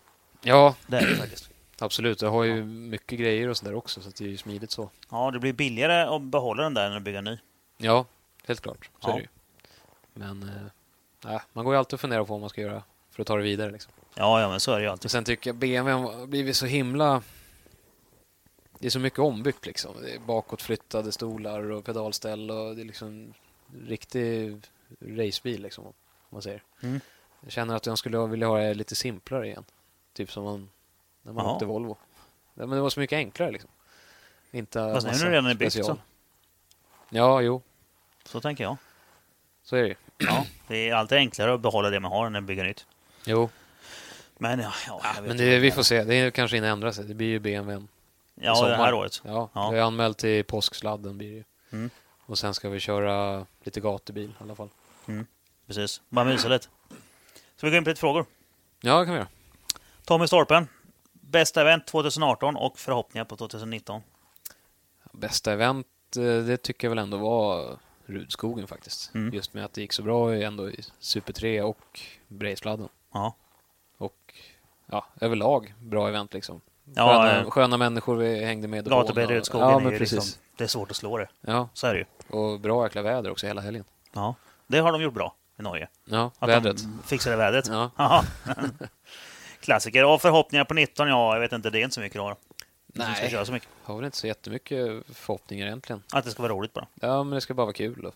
Speaker 2: Ja,
Speaker 1: Det är det faktiskt.
Speaker 2: absolut. Jag har ju mycket grejer och sådär också så att det är ju smidigt så.
Speaker 1: Ja, det blir billigare att behålla den där än att bygga en ny.
Speaker 2: Ja, helt klart. Så
Speaker 1: Ja.
Speaker 2: är det ju. Men eh, nej, man går ju alltid och funderar på vad man ska göra för att ta det vidare. Liksom.
Speaker 1: Ja, ja, men så är det ju
Speaker 2: Och
Speaker 1: alltid.
Speaker 2: sen tycker jag BMW har blivit så himla... Det är så mycket ombyggt liksom. Det är bakåtflyttade stolar och pedalställ och det är liksom riktig racebil liksom. Om man säger.
Speaker 1: Mm.
Speaker 2: Jag känner att jag skulle vilja ha det lite simplare igen. Typ som man, när man
Speaker 1: Jaha.
Speaker 2: åkte Volvo. Ja, men det var så mycket enklare liksom. Inte
Speaker 1: Fast nu är
Speaker 2: massa
Speaker 1: det redan i byggt,
Speaker 2: special.
Speaker 1: så.
Speaker 2: Ja, jo.
Speaker 1: Så tänker jag.
Speaker 2: Så är det ju.
Speaker 1: Ja, det är alltid enklare att behålla det man har än att bygga nytt.
Speaker 2: Jo.
Speaker 1: Men ja, ja, jag vet
Speaker 2: Men
Speaker 1: inte.
Speaker 2: det, vi får se, det är kanske inte ändrar sig. Det blir ju BMW.
Speaker 1: ja det
Speaker 2: sommar.
Speaker 1: här året.
Speaker 2: Ja,
Speaker 1: Ja.
Speaker 2: jag är anmält till påsksladden blir det ju.
Speaker 1: Mm.
Speaker 2: Och sen ska vi köra lite gatubil i alla fall.
Speaker 1: Precis. Bara mysa lite. Ska vi gå in på lite frågor?
Speaker 2: Ja, det kan vi göra.
Speaker 1: Tommy Stolpen. Bästa event 2018 och förhoppningar på 2019.
Speaker 2: Bästa event, eh, det tycker jag väl ändå var Rudskogen faktiskt.
Speaker 1: Mm.
Speaker 2: Just med att det gick så bra i- ändå i Super 3 och Brejsladden.
Speaker 1: Ja.
Speaker 2: Och ja, överlag bra event liksom.
Speaker 1: Ja,
Speaker 2: sköna,
Speaker 1: eh,
Speaker 2: sköna människor vi hängde med. och
Speaker 1: Gatubil
Speaker 2: hånade.
Speaker 1: i skogen
Speaker 2: Ja,
Speaker 1: är
Speaker 2: men
Speaker 1: ju
Speaker 2: precis.
Speaker 1: liksom... Det är svårt att slå det.
Speaker 2: Ja,
Speaker 1: Så är det ju.
Speaker 2: och bra jäkla väder också hela helgen.
Speaker 1: Ja. Det har de gjort bra i Norge.
Speaker 2: Ja,
Speaker 1: Att
Speaker 2: vädret.
Speaker 1: de fixade vädret. <laughs>
Speaker 2: Ja.
Speaker 1: Jaha. Klassiker. Och förhoppningar på 19, ja, jag vet inte. Det är inte så mycket då. Nej. Ska
Speaker 2: Nej.
Speaker 1: köra så mycket.
Speaker 2: Har väl inte så jättemycket förhoppningar egentligen.
Speaker 1: Att det ska vara roligt bara.
Speaker 2: Ja, men det ska bara vara kul. Och,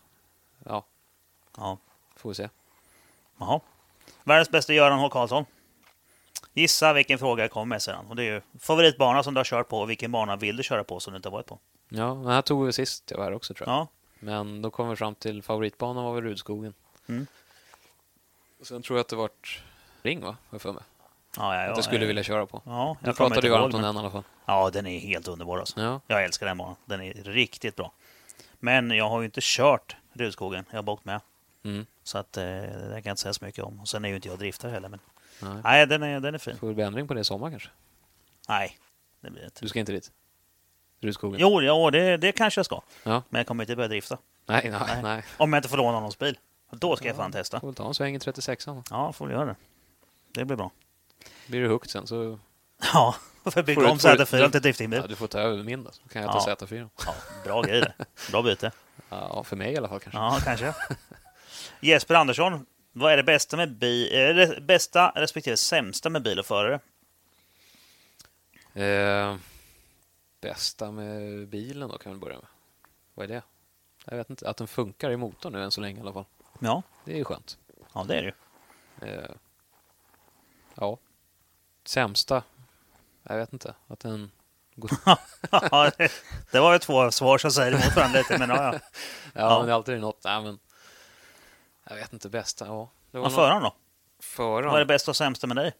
Speaker 2: ja,
Speaker 1: Ja.
Speaker 2: får vi se.
Speaker 1: Jaha. Världens bästa Göran H. Karlsson. Gissa vilken fråga jag kommer med sedan. Och det är ju favoritbana som du har kört på och vilken bana vill du köra på som du inte har varit på?
Speaker 2: Ja, den här tog vi sist jag var här också tror jag.
Speaker 1: Ja,
Speaker 2: Men då kom vi fram till favoritbanan var väl Rudskogen.
Speaker 1: Mm.
Speaker 2: Och sen tror jag att det vart Ring va, har jag för mig.
Speaker 1: ja, ja, ja
Speaker 2: att jag skulle vilja köra på.
Speaker 1: Ja,
Speaker 2: Du
Speaker 1: jag kommer
Speaker 2: pratade ju
Speaker 1: inte
Speaker 2: varmt
Speaker 1: ihåg,
Speaker 2: om
Speaker 1: men-
Speaker 2: den i alla fall.
Speaker 1: Ja, den är helt underbar alltså.
Speaker 2: Ja,
Speaker 1: Jag älskar den banan. Den är riktigt bra. Men jag har ju inte kört Rudskogen. Jag har bara åkt med.
Speaker 2: mm.
Speaker 1: Så att, eh, det kan jag inte säga så mycket om. Och sen är ju inte jag driftare heller. Men...
Speaker 2: Nej.
Speaker 1: Nej, den är, den är fin.
Speaker 2: Får väl bli ändring på det i sommar kanske?
Speaker 1: Nej, det blir det inte.
Speaker 2: Du ska inte dit? Rudskogen?
Speaker 1: Jo, ja, det, det kanske jag ska.
Speaker 2: Ja.
Speaker 1: Men jag kommer inte börja drifta.
Speaker 2: Nej, nej, nej.
Speaker 1: Om jag inte får låna någons bil. Då ska jag fan testa.
Speaker 2: Får väl ta en sväng i 36an.
Speaker 1: Ja, får vi göra det. Det blir
Speaker 2: <laughs>
Speaker 1: bra.
Speaker 2: Blir du hooked sen så...
Speaker 1: Ja, för
Speaker 2: Får
Speaker 1: bygga
Speaker 2: du-
Speaker 1: om
Speaker 2: får du-
Speaker 1: Z4 till driftingbil.
Speaker 2: Ja, du får ta över min då. Så kan jag ta
Speaker 1: Ja.
Speaker 2: Z4. <laughs>
Speaker 1: Ja, bra grej det. Bra byte.
Speaker 2: Ja, för mig i alla fall kanske.
Speaker 1: Ja, kanske. Jesper Andersson, vad är det bästa, med bi- eh, re- bästa respektive sämsta med bil och förare?
Speaker 2: Eh, bästa med bilen då kan vi börja med. Vad är det? Jag vet inte. Att den funkar i motorn nu än så länge i alla fall.
Speaker 1: Ja,
Speaker 2: Det är ju skönt.
Speaker 1: ja det är det ju. <laughs>
Speaker 2: Eh, ja. Sämsta? Jag vet inte. Att den... Går... ja,
Speaker 1: Ja, det- det var ju två svar som säger emot varandra lite, men
Speaker 2: <laughs>
Speaker 1: ja, ja.
Speaker 2: men det är alltid något. Nej, men... Jag vet inte. Bästa? Ja. Det
Speaker 1: Men
Speaker 2: någon-
Speaker 1: föraren då?
Speaker 2: Föraren.
Speaker 1: Vad är det bästa och sämsta med dig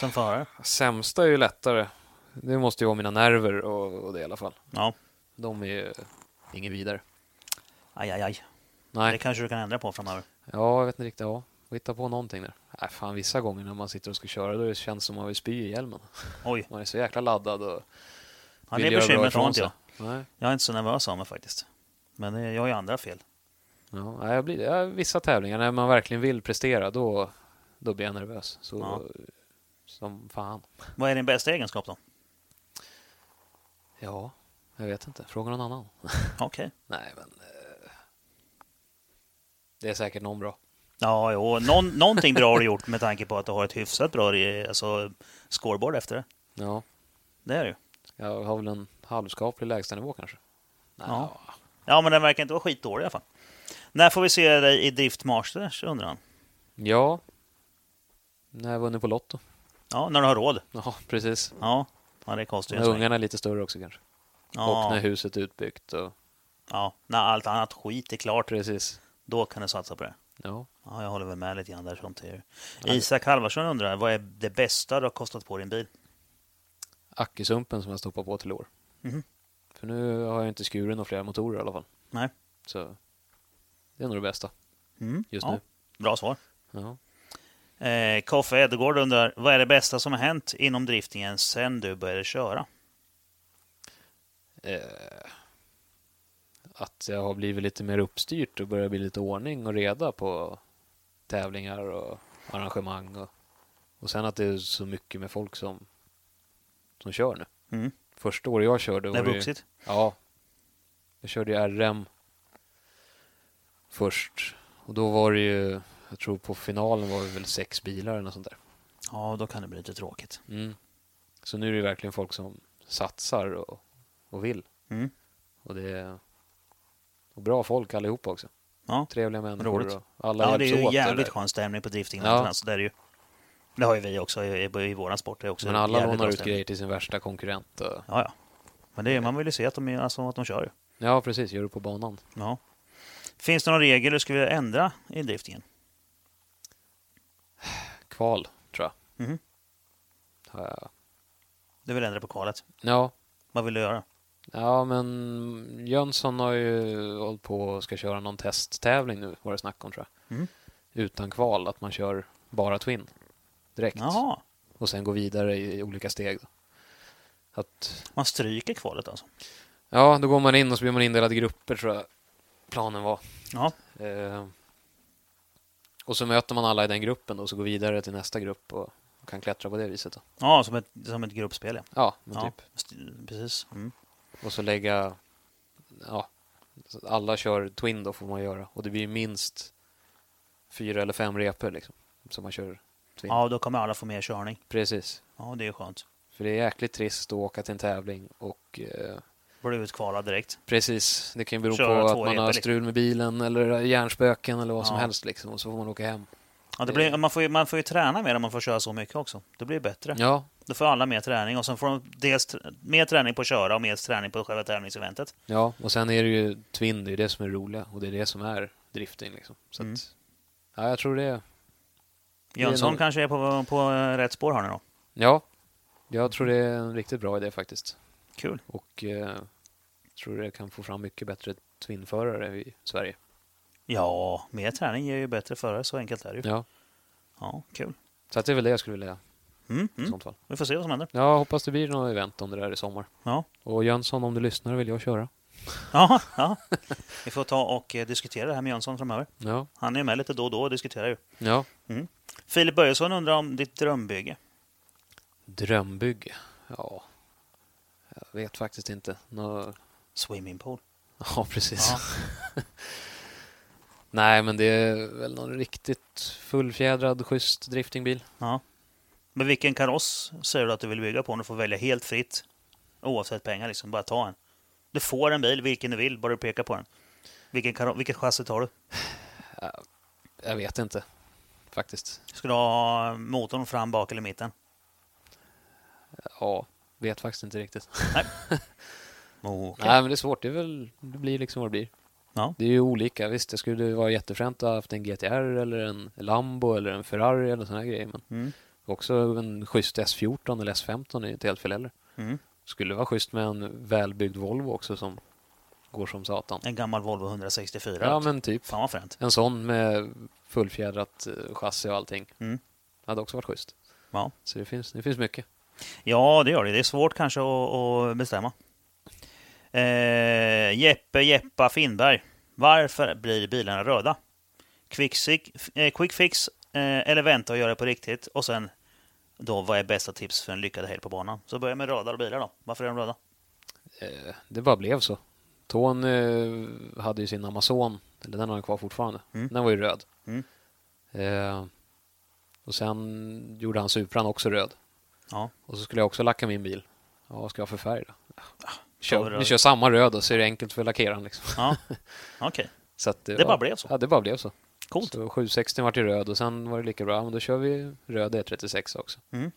Speaker 1: som förare?
Speaker 2: Sämsta är ju lättare. Det måste ju vara mina nerver och, och det i alla fall.
Speaker 1: Ja,
Speaker 2: De är ju inget vidare.
Speaker 1: aj, aj, aj.
Speaker 2: Nej.
Speaker 1: Det kanske du kan ändra på framöver.
Speaker 2: Ja, jag vet inte riktigt. Ja, Får hitta på någonting där. Nej, fan, vissa gånger när man sitter och ska köra då det känns som man vill spy i hjälmen.
Speaker 1: Oj,
Speaker 2: Man är så jäkla laddad och
Speaker 1: ja,
Speaker 2: vill
Speaker 1: det
Speaker 2: göra bra
Speaker 1: bekymret har
Speaker 2: ifrån
Speaker 1: inte
Speaker 2: sig.
Speaker 1: jag.
Speaker 2: Nej,
Speaker 1: Jag är inte så nervös av mig faktiskt. Men eh, jag har ju andra fel.
Speaker 2: ja, nej, jag blir, ja, vissa tävlingar när man verkligen vill prestera då, då blir jag nervös. Så,
Speaker 1: Ja.
Speaker 2: Som fan.
Speaker 1: Vad är din bästa egenskap då?
Speaker 2: Ja, jag vet inte. Fråga någon annan.
Speaker 1: Okej.
Speaker 2: nej, men... eh, Det är säkert någon bra.
Speaker 1: Ja, jo, någon, någonting bra har du gjort med tanke på att du har ett hyfsat bra re- alltså, scoreboard efter det.
Speaker 2: Ja,
Speaker 1: Det är det ju.
Speaker 2: jag har väl en halvskaplig lägstanivå kanske. Nej,
Speaker 1: Ja. Ja, men den verkar inte vara skitdålig i alla fall. När får vi se dig i Drift Masters, undrar han.
Speaker 2: ja. När jag vunnit på Lotto.
Speaker 1: Ja, när du har råd.
Speaker 2: Ja, precis.
Speaker 1: Ja, ja det kostar ju en
Speaker 2: När
Speaker 1: sväng.
Speaker 2: ungarna är lite större också kanske. Och när
Speaker 1: Ja,
Speaker 2: huset är utbyggt. Och...
Speaker 1: ja, när allt annat skit är klart,
Speaker 2: Precis.
Speaker 1: då kan du satsa på det.
Speaker 2: Ja.
Speaker 1: Ja, jag håller väl med lite grann där. Sånt är. ju- Isak Halvarsson undrar, vad är det bästa du har kostat på din bil?
Speaker 2: Ackesumpen som jag stoppar på till år.
Speaker 1: Mhm.
Speaker 2: För nu har jag inte skuren några flera motorer i alla fall.
Speaker 1: Nej.
Speaker 2: Så det är nog det bästa
Speaker 1: Mm,
Speaker 2: just
Speaker 1: ja,
Speaker 2: nu.
Speaker 1: Bra svar.
Speaker 2: Ja.
Speaker 1: Eh, Koffe Edgård undrar, vad är det bästa som har hänt inom driftingen sen du började köra?
Speaker 2: Eh, att jag har blivit lite mer uppstyrt och börjar bli lite ordning och reda på tävlingar och arrangemang. Och, och sen att det är så mycket med folk som, som kör nu.
Speaker 1: Mm.
Speaker 2: Första året jag körde
Speaker 1: Det är
Speaker 2: var det ju-
Speaker 1: vuxit.
Speaker 2: Ja. Jag körde ju RM först. Och då var det ju, jag tror på finalen var det väl sex bilar eller något sånt där.
Speaker 1: Ja, då kan det bli lite tråkigt.
Speaker 2: Mm. Så nu är det ju verkligen folk som satsar och, och vill.
Speaker 1: Mm.
Speaker 2: Och det är och bra folk allihopa också.
Speaker 1: Ja.
Speaker 2: Trevliga människor.
Speaker 1: Roligt.
Speaker 2: Och alla
Speaker 1: Ja, det är
Speaker 2: hjälps
Speaker 1: ju
Speaker 2: åt. det
Speaker 1: jävligt
Speaker 2: där.
Speaker 1: skön stämning på driftingen.
Speaker 2: Ja.
Speaker 1: Alltså, det, är det ju. det har ju vi också i, i, i vår sport. Det är också
Speaker 2: Men alla
Speaker 1: jävligt
Speaker 2: lånar
Speaker 1: bra
Speaker 2: ut
Speaker 1: stämning.
Speaker 2: grejer till sin värsta konkurrent. Och,
Speaker 1: Ja, ja. Men det är, man vill ju se att de, är- alltså, att de kör. ju.
Speaker 2: ja, precis. Gör det på banan.
Speaker 1: Ja. Finns det någon regel du skulle vilja ändra i driftingen?
Speaker 2: Kval, tror jag.
Speaker 1: Mhm.
Speaker 2: Har jag-
Speaker 1: Du vill ändra på kvalet.
Speaker 2: Ja,
Speaker 1: Vad vill du göra?
Speaker 2: Ja, men Jönsson har ju hållit på och ska köra någon testtävling nu, var det snack om tror jag.
Speaker 1: Mm.
Speaker 2: Utan kval, att man kör bara Twin direkt.
Speaker 1: Jaha,
Speaker 2: Och sen går vidare i olika steg. Då. Att,
Speaker 1: man stryker kvalet alltså?
Speaker 2: ja, då går man in och så blir man indelad i grupper tror jag planen var.
Speaker 1: Ja,
Speaker 2: Eh, och så möter man alla i den gruppen och så går vidare till nästa grupp och kan klättra på det viset. Då.
Speaker 1: ja som, ett, som ett gruppspel ja.
Speaker 2: Ja, men
Speaker 1: ja.
Speaker 2: typ.
Speaker 1: st- Precis. Mm.
Speaker 2: Och så lägga... Ja, så att alla kör Twin då får man göra. Och det blir minst fyra eller fem repor liksom. Som man kör Twin.
Speaker 1: Ja, då kommer alla få mer körning.
Speaker 2: Precis.
Speaker 1: Ja, det är ju skönt.
Speaker 2: För det är jäkligt trist att åka till en tävling och... Eh,
Speaker 1: Blir utkvalad direkt.
Speaker 2: precis, det kan ju bero
Speaker 1: Köra två
Speaker 2: på att man
Speaker 1: repor,
Speaker 2: har
Speaker 1: liksom.
Speaker 2: strul med bilen eller hjärnspöken eller vad som
Speaker 1: Ja.
Speaker 2: helst liksom. Och så får man åka hem.
Speaker 1: Ja, det
Speaker 2: Det-
Speaker 1: blir, man, får ju, man får ju träna mer om man får köra så mycket också. Det blir bättre.
Speaker 2: Ja,
Speaker 1: Då får alla mer träning och sen får de dels tr- mer träning på att köra och mer träning på själva tävlingseventet.
Speaker 2: ja. Och sen är det ju Twin, det är det som är roliga. Och det är det som är drifting liksom. Så
Speaker 1: Mm.
Speaker 2: att... Ja, jag tror det. är
Speaker 1: Jönsson
Speaker 2: nog-
Speaker 1: kanske är på, på eh, rätt spår här nu då.
Speaker 2: Ja, jag tror det är en riktigt bra idé faktiskt.
Speaker 1: Kul.
Speaker 2: Och eh, tror det kan få fram mycket bättre twinförare i Sverige.
Speaker 1: Ja, mer träning ger ju bättre förare, så enkelt är det ju. Ja,
Speaker 2: Ja.
Speaker 1: kul.
Speaker 2: Så att det är väl det jag skulle vilja
Speaker 1: Mm,
Speaker 2: i
Speaker 1: mm.
Speaker 2: sånt fall.
Speaker 1: Vi får se vad som händer.
Speaker 2: Ja, hoppas det blir något event om det där i sommar.
Speaker 1: Ja,
Speaker 2: Och Jönsson, om du lyssnar vill jag köra.
Speaker 1: ja, <laughs> ja. Vi får ta och eh, diskutera det här med Jönsson framöver.
Speaker 2: Ja.
Speaker 1: Han är ju med lite då och då och diskuterar ju.
Speaker 2: ja.
Speaker 1: Filip Börjesson undrar om ditt drömbygge.
Speaker 2: Drömbygge. Ja. Jag vet faktiskt inte. Nå... <laughs>
Speaker 1: Swimmingpool.
Speaker 2: Ja, precis. <laughs> Nej, men det är väl någon riktigt fullfjädrad, schysst driftingbil.
Speaker 1: Ja. Men vilken kaross säger du att du vill bygga på? Om du får välja helt fritt. Oavsett pengar liksom, bara ta en. Du får en bil, vilken du vill, bara du pekar på den. Vilken karo- vilket chassi tar du?
Speaker 2: Jag vet inte, faktiskt.
Speaker 1: Ska du ha motorn fram, bak eller mitten?
Speaker 2: Ja, vet faktiskt inte riktigt.
Speaker 1: Okej.
Speaker 2: Nej, men det är svårt. Det, är väl, det blir liksom vad det blir.
Speaker 1: Ja.
Speaker 2: Det är ju olika. Visst, det skulle ju vara jättefränt att ha haft en GTR eller en Lambo eller en Ferrari eller sådana grejer. Men
Speaker 1: Mm.
Speaker 2: också en schysst S14 eller S15 är ju inte helt fel heller.
Speaker 1: Mm.
Speaker 2: Skulle vara schysst med en välbyggd Volvo också som går som satan.
Speaker 1: En gammal Volvo 164.
Speaker 2: Ja, men typ.
Speaker 1: Fan vad fränt.
Speaker 2: En sån med fullfjädrat eh, chassi och allting.
Speaker 1: Mm.
Speaker 2: Hade också varit schysst.
Speaker 1: Ja.
Speaker 2: Så det finns, det finns mycket.
Speaker 1: Ja, det gör det. Det är svårt kanske att, att bestämma. Eh, Jeppe Jeppa Finnberg. Varför blir bilarna röda? Quick, sick- eh, quick fix eh, eller vänta och göra det på riktigt? Och sen då, vad är bästa tips för en lyckad helg på banan? Så börja med röda bilar då. Varför är de röda?
Speaker 2: Eh, Det bara blev så. Tån eh, hade ju sin Amazon, eller den har han kvar fortfarande.
Speaker 1: Mm.
Speaker 2: Den var ju röd.
Speaker 1: Mm.
Speaker 2: Eh, och sen gjorde han Supran också röd.
Speaker 1: Ja. Ah,
Speaker 2: Och så skulle jag också lacka min bil. Ja, vad ska jag ha för färg då? Ja,
Speaker 1: vi
Speaker 2: Kör, vi
Speaker 1: röd.
Speaker 2: kör samma röd och så är det enkelt för lackeraren. Liksom. <laughs>
Speaker 1: Ja, okej.
Speaker 2: Så att,
Speaker 1: Det bara blev så.
Speaker 2: Ja, det bara blev så.
Speaker 1: Coolt.
Speaker 2: Så 760 var till röd och sen var det lika bra. Ja, Men då kör vi röd E36 också.
Speaker 1: Mm.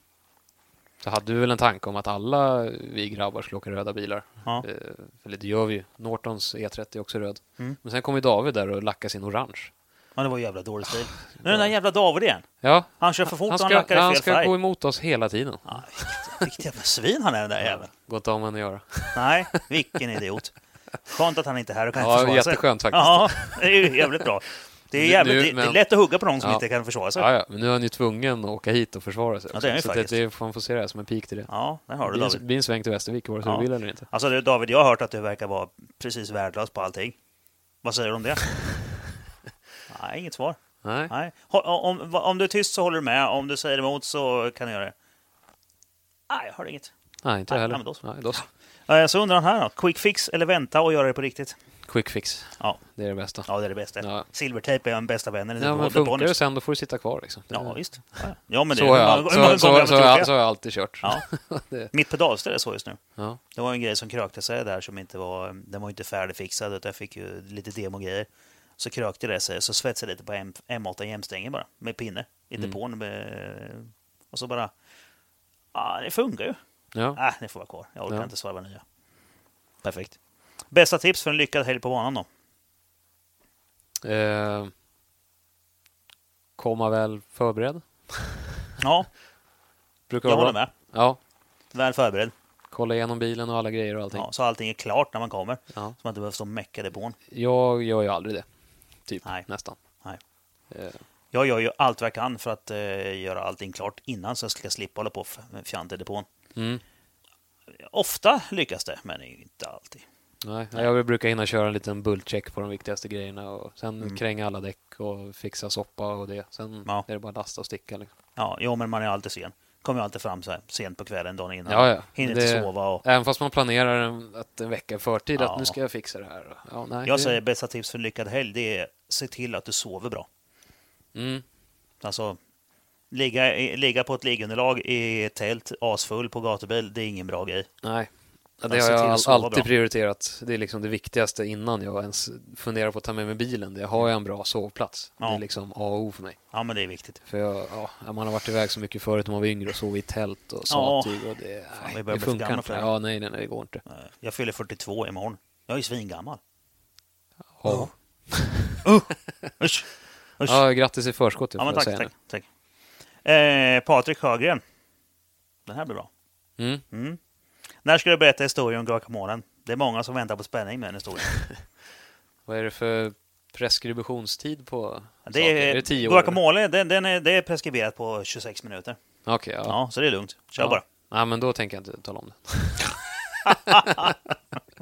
Speaker 2: Så hade du väl en tanke om att alla vi grabbar skulle åka röda bilar?
Speaker 1: Ja.
Speaker 2: Eh, Eller det gör vi ju. Nortons E30 är också röd.
Speaker 1: Mm.
Speaker 2: Men sen kom ju David där och lackade sin orange.
Speaker 1: Men det var ju jävla dålig stil. Nu är den där jävla David igen.
Speaker 2: Ja,
Speaker 1: Han kör för fort
Speaker 2: han
Speaker 1: och han
Speaker 2: ska,
Speaker 1: lackar i
Speaker 2: han
Speaker 1: fel
Speaker 2: ska
Speaker 1: färg.
Speaker 2: gå emot oss hela tiden.
Speaker 1: Ja, vilket- vilket jävla svin han är den där jäveln.
Speaker 2: Går inte om henne att göra.
Speaker 1: Nej, vilken idiot. Skönt att han inte är här och kan
Speaker 2: Ja,
Speaker 1: försvara sig.
Speaker 2: jätteskönt faktiskt.
Speaker 1: Ja, det är ju jävligt bra. Det är,
Speaker 2: Nu-
Speaker 1: jävligt,
Speaker 2: nu-
Speaker 1: det- det är
Speaker 2: men-
Speaker 1: lätt att hugga på någon som
Speaker 2: Ja.
Speaker 1: inte kan försvara sig.
Speaker 2: Ja, ja, men nu är han ju tvungen att åka hit och försvara sig.
Speaker 1: Ja, det är han ju
Speaker 2: så det,
Speaker 1: faktiskt.
Speaker 2: det, man får se det här som en pik till det.
Speaker 1: Ja, där har
Speaker 2: det
Speaker 1: du
Speaker 2: blir, en,
Speaker 1: David.
Speaker 2: blir en sväng till Västervik vare sig
Speaker 1: Ja.
Speaker 2: du vill eller inte.
Speaker 1: Alltså du, David, jag har hört att du verkar vara precis värdelös på allting. Vad säger du
Speaker 2: <laughs>
Speaker 1: om det? Nej, inget svar.
Speaker 2: Nej.
Speaker 1: Nej. Hå- Om, om du är tyst så håller du med, om du säger emot så kan du göra det. Nej, jag hör inget.
Speaker 2: Nej, inte jag
Speaker 1: Nej,
Speaker 2: heller.
Speaker 1: nej, men då så.
Speaker 2: Nej, då så.
Speaker 1: Eh, Så undrar han här då, quick fix eller vänta och göra det på riktigt?
Speaker 2: Quick fix.
Speaker 1: Ja,
Speaker 2: Det är det bästa.
Speaker 1: ja det är det bästa.
Speaker 2: Ja.
Speaker 1: Silvertejp är en bästa vännen.
Speaker 2: Ja, men funkar det sen då får du sitta kvar. Liksom. Det-
Speaker 1: Ja, visst. Mm. Ja, ja. Ja, men det
Speaker 2: så, har
Speaker 1: hur
Speaker 2: jag,
Speaker 1: många-
Speaker 2: all-
Speaker 1: hur många
Speaker 2: så, så,
Speaker 1: gånger har
Speaker 2: så,
Speaker 1: vi
Speaker 2: så,
Speaker 1: gjort
Speaker 2: har
Speaker 1: det?
Speaker 2: jag- så har jag alltid kört.
Speaker 1: Ja.
Speaker 2: <laughs>
Speaker 1: <laughs>
Speaker 2: Det-
Speaker 1: Mitt pedalställ är så just nu.
Speaker 2: Ja.
Speaker 1: Det var en grej som krökte sig där som inte var, den var ju inte färdigfixad utan jag fick ju lite demogrejer. Så krökte det sig, så svetsade jag lite på M, M8 jämstängen bara, med pinne i
Speaker 2: Mm.
Speaker 1: depån. Med, eh, och så bara, ah, det funkar ju.
Speaker 2: Ja.
Speaker 1: Ah, det får vara kvar, jag orkar
Speaker 2: Ja.
Speaker 1: inte svarva nya. Perfekt. Bästa tips för en lyckad helg på banan då?
Speaker 2: Eh, komma väl förberedd.
Speaker 1: Ja,
Speaker 2: Brukar
Speaker 1: jag
Speaker 2: vara
Speaker 1: håller
Speaker 2: bra.
Speaker 1: med.
Speaker 2: Ja,
Speaker 1: Väl förberedd.
Speaker 2: kolla igenom bilen och alla grejer och allting.
Speaker 1: Ja, så allting är klart när man kommer.
Speaker 2: Ja.
Speaker 1: Så man inte behöver stå och mecka i depån.
Speaker 2: Jag gör ju aldrig det. Typ,
Speaker 1: Nej.
Speaker 2: nästan.
Speaker 1: Nej.
Speaker 2: Eh,
Speaker 1: Jag gör ju allt vad jag kan för att eh, göra allting klart innan så jag ska slippa hålla på och f- fjanta i depån.
Speaker 2: mm.
Speaker 1: Ofta lyckas det, men inte alltid.
Speaker 2: Nej, jag brukar hinna köra en liten bultcheck på de viktigaste grejerna och sen kränga alla däck och fixa soppa och det. Sen
Speaker 1: Mm. Ja.
Speaker 2: är det bara lasta och sticka. Liksom.
Speaker 1: Ja, jo, men man är alltid sen. Kommer ju alltid fram så här, sent på kvällen, dagen innan.
Speaker 2: Ja, ja.
Speaker 1: Hinner
Speaker 2: Det-
Speaker 1: inte sova. Och...
Speaker 2: Även fast man planerar en, att en vecka i förtid
Speaker 1: Ja.
Speaker 2: att nu ska jag fixa det här. Ja, nej,
Speaker 1: Jag
Speaker 2: det,
Speaker 1: säger bästa tips för en lyckad helg, det är se till att du sover bra.
Speaker 2: Mm,
Speaker 1: Alltså, ligga, i- ligga på ett liggunderlag i ett tält, asfull på gatubil, det är ingen bra grej.
Speaker 2: nej. Ja,
Speaker 1: se
Speaker 2: Det har
Speaker 1: till
Speaker 2: jag
Speaker 1: att
Speaker 2: all,
Speaker 1: sova
Speaker 2: alltid
Speaker 1: bra.
Speaker 2: prioriterat. Det är liksom det viktigaste innan jag ens funderar på att ta med mig bilen. Det har jag en bra sovplats. Det
Speaker 1: Ja.
Speaker 2: är liksom A och O för mig.
Speaker 1: Ja, men det är viktigt.
Speaker 2: För jag, ja, man har varit iväg så mycket förut när man var yngre och sov i tält och
Speaker 1: Ja.
Speaker 2: sattyg och det, nej,
Speaker 1: vi börjar
Speaker 2: det
Speaker 1: bli för
Speaker 2: funkar
Speaker 1: gamla
Speaker 2: inte.
Speaker 1: för det.
Speaker 2: Ja, nej, nej, nej, det går inte.
Speaker 1: Eh, Jag fyller 42 imorgon. Jag är ju svingammal.
Speaker 2: Ja.
Speaker 1: Usch! Usch!
Speaker 2: Ja, grattis i förskott,
Speaker 1: Ja,
Speaker 2: får
Speaker 1: men
Speaker 2: jag
Speaker 1: tack,
Speaker 2: säga
Speaker 1: tack, tack. Eh, Patrik Sjögren. Den här blir bra.
Speaker 2: nu. Mm.
Speaker 1: När ska du berätta historien om guacamolen? Det är många som väntar på spänning med den
Speaker 2: <laughs>
Speaker 1: historien.
Speaker 2: Vad är det för preskriptionstid på
Speaker 1: Det är,
Speaker 2: saker? är det tio år?
Speaker 1: guacamole, den, den är, det är preskriberat på 26 minuter.
Speaker 2: Okej, ja.
Speaker 1: Ja. så det är lugnt. Kör
Speaker 2: Ja.
Speaker 1: bara.
Speaker 2: Nej, men då tänker jag inte tala om
Speaker 1: <laughs>
Speaker 2: det.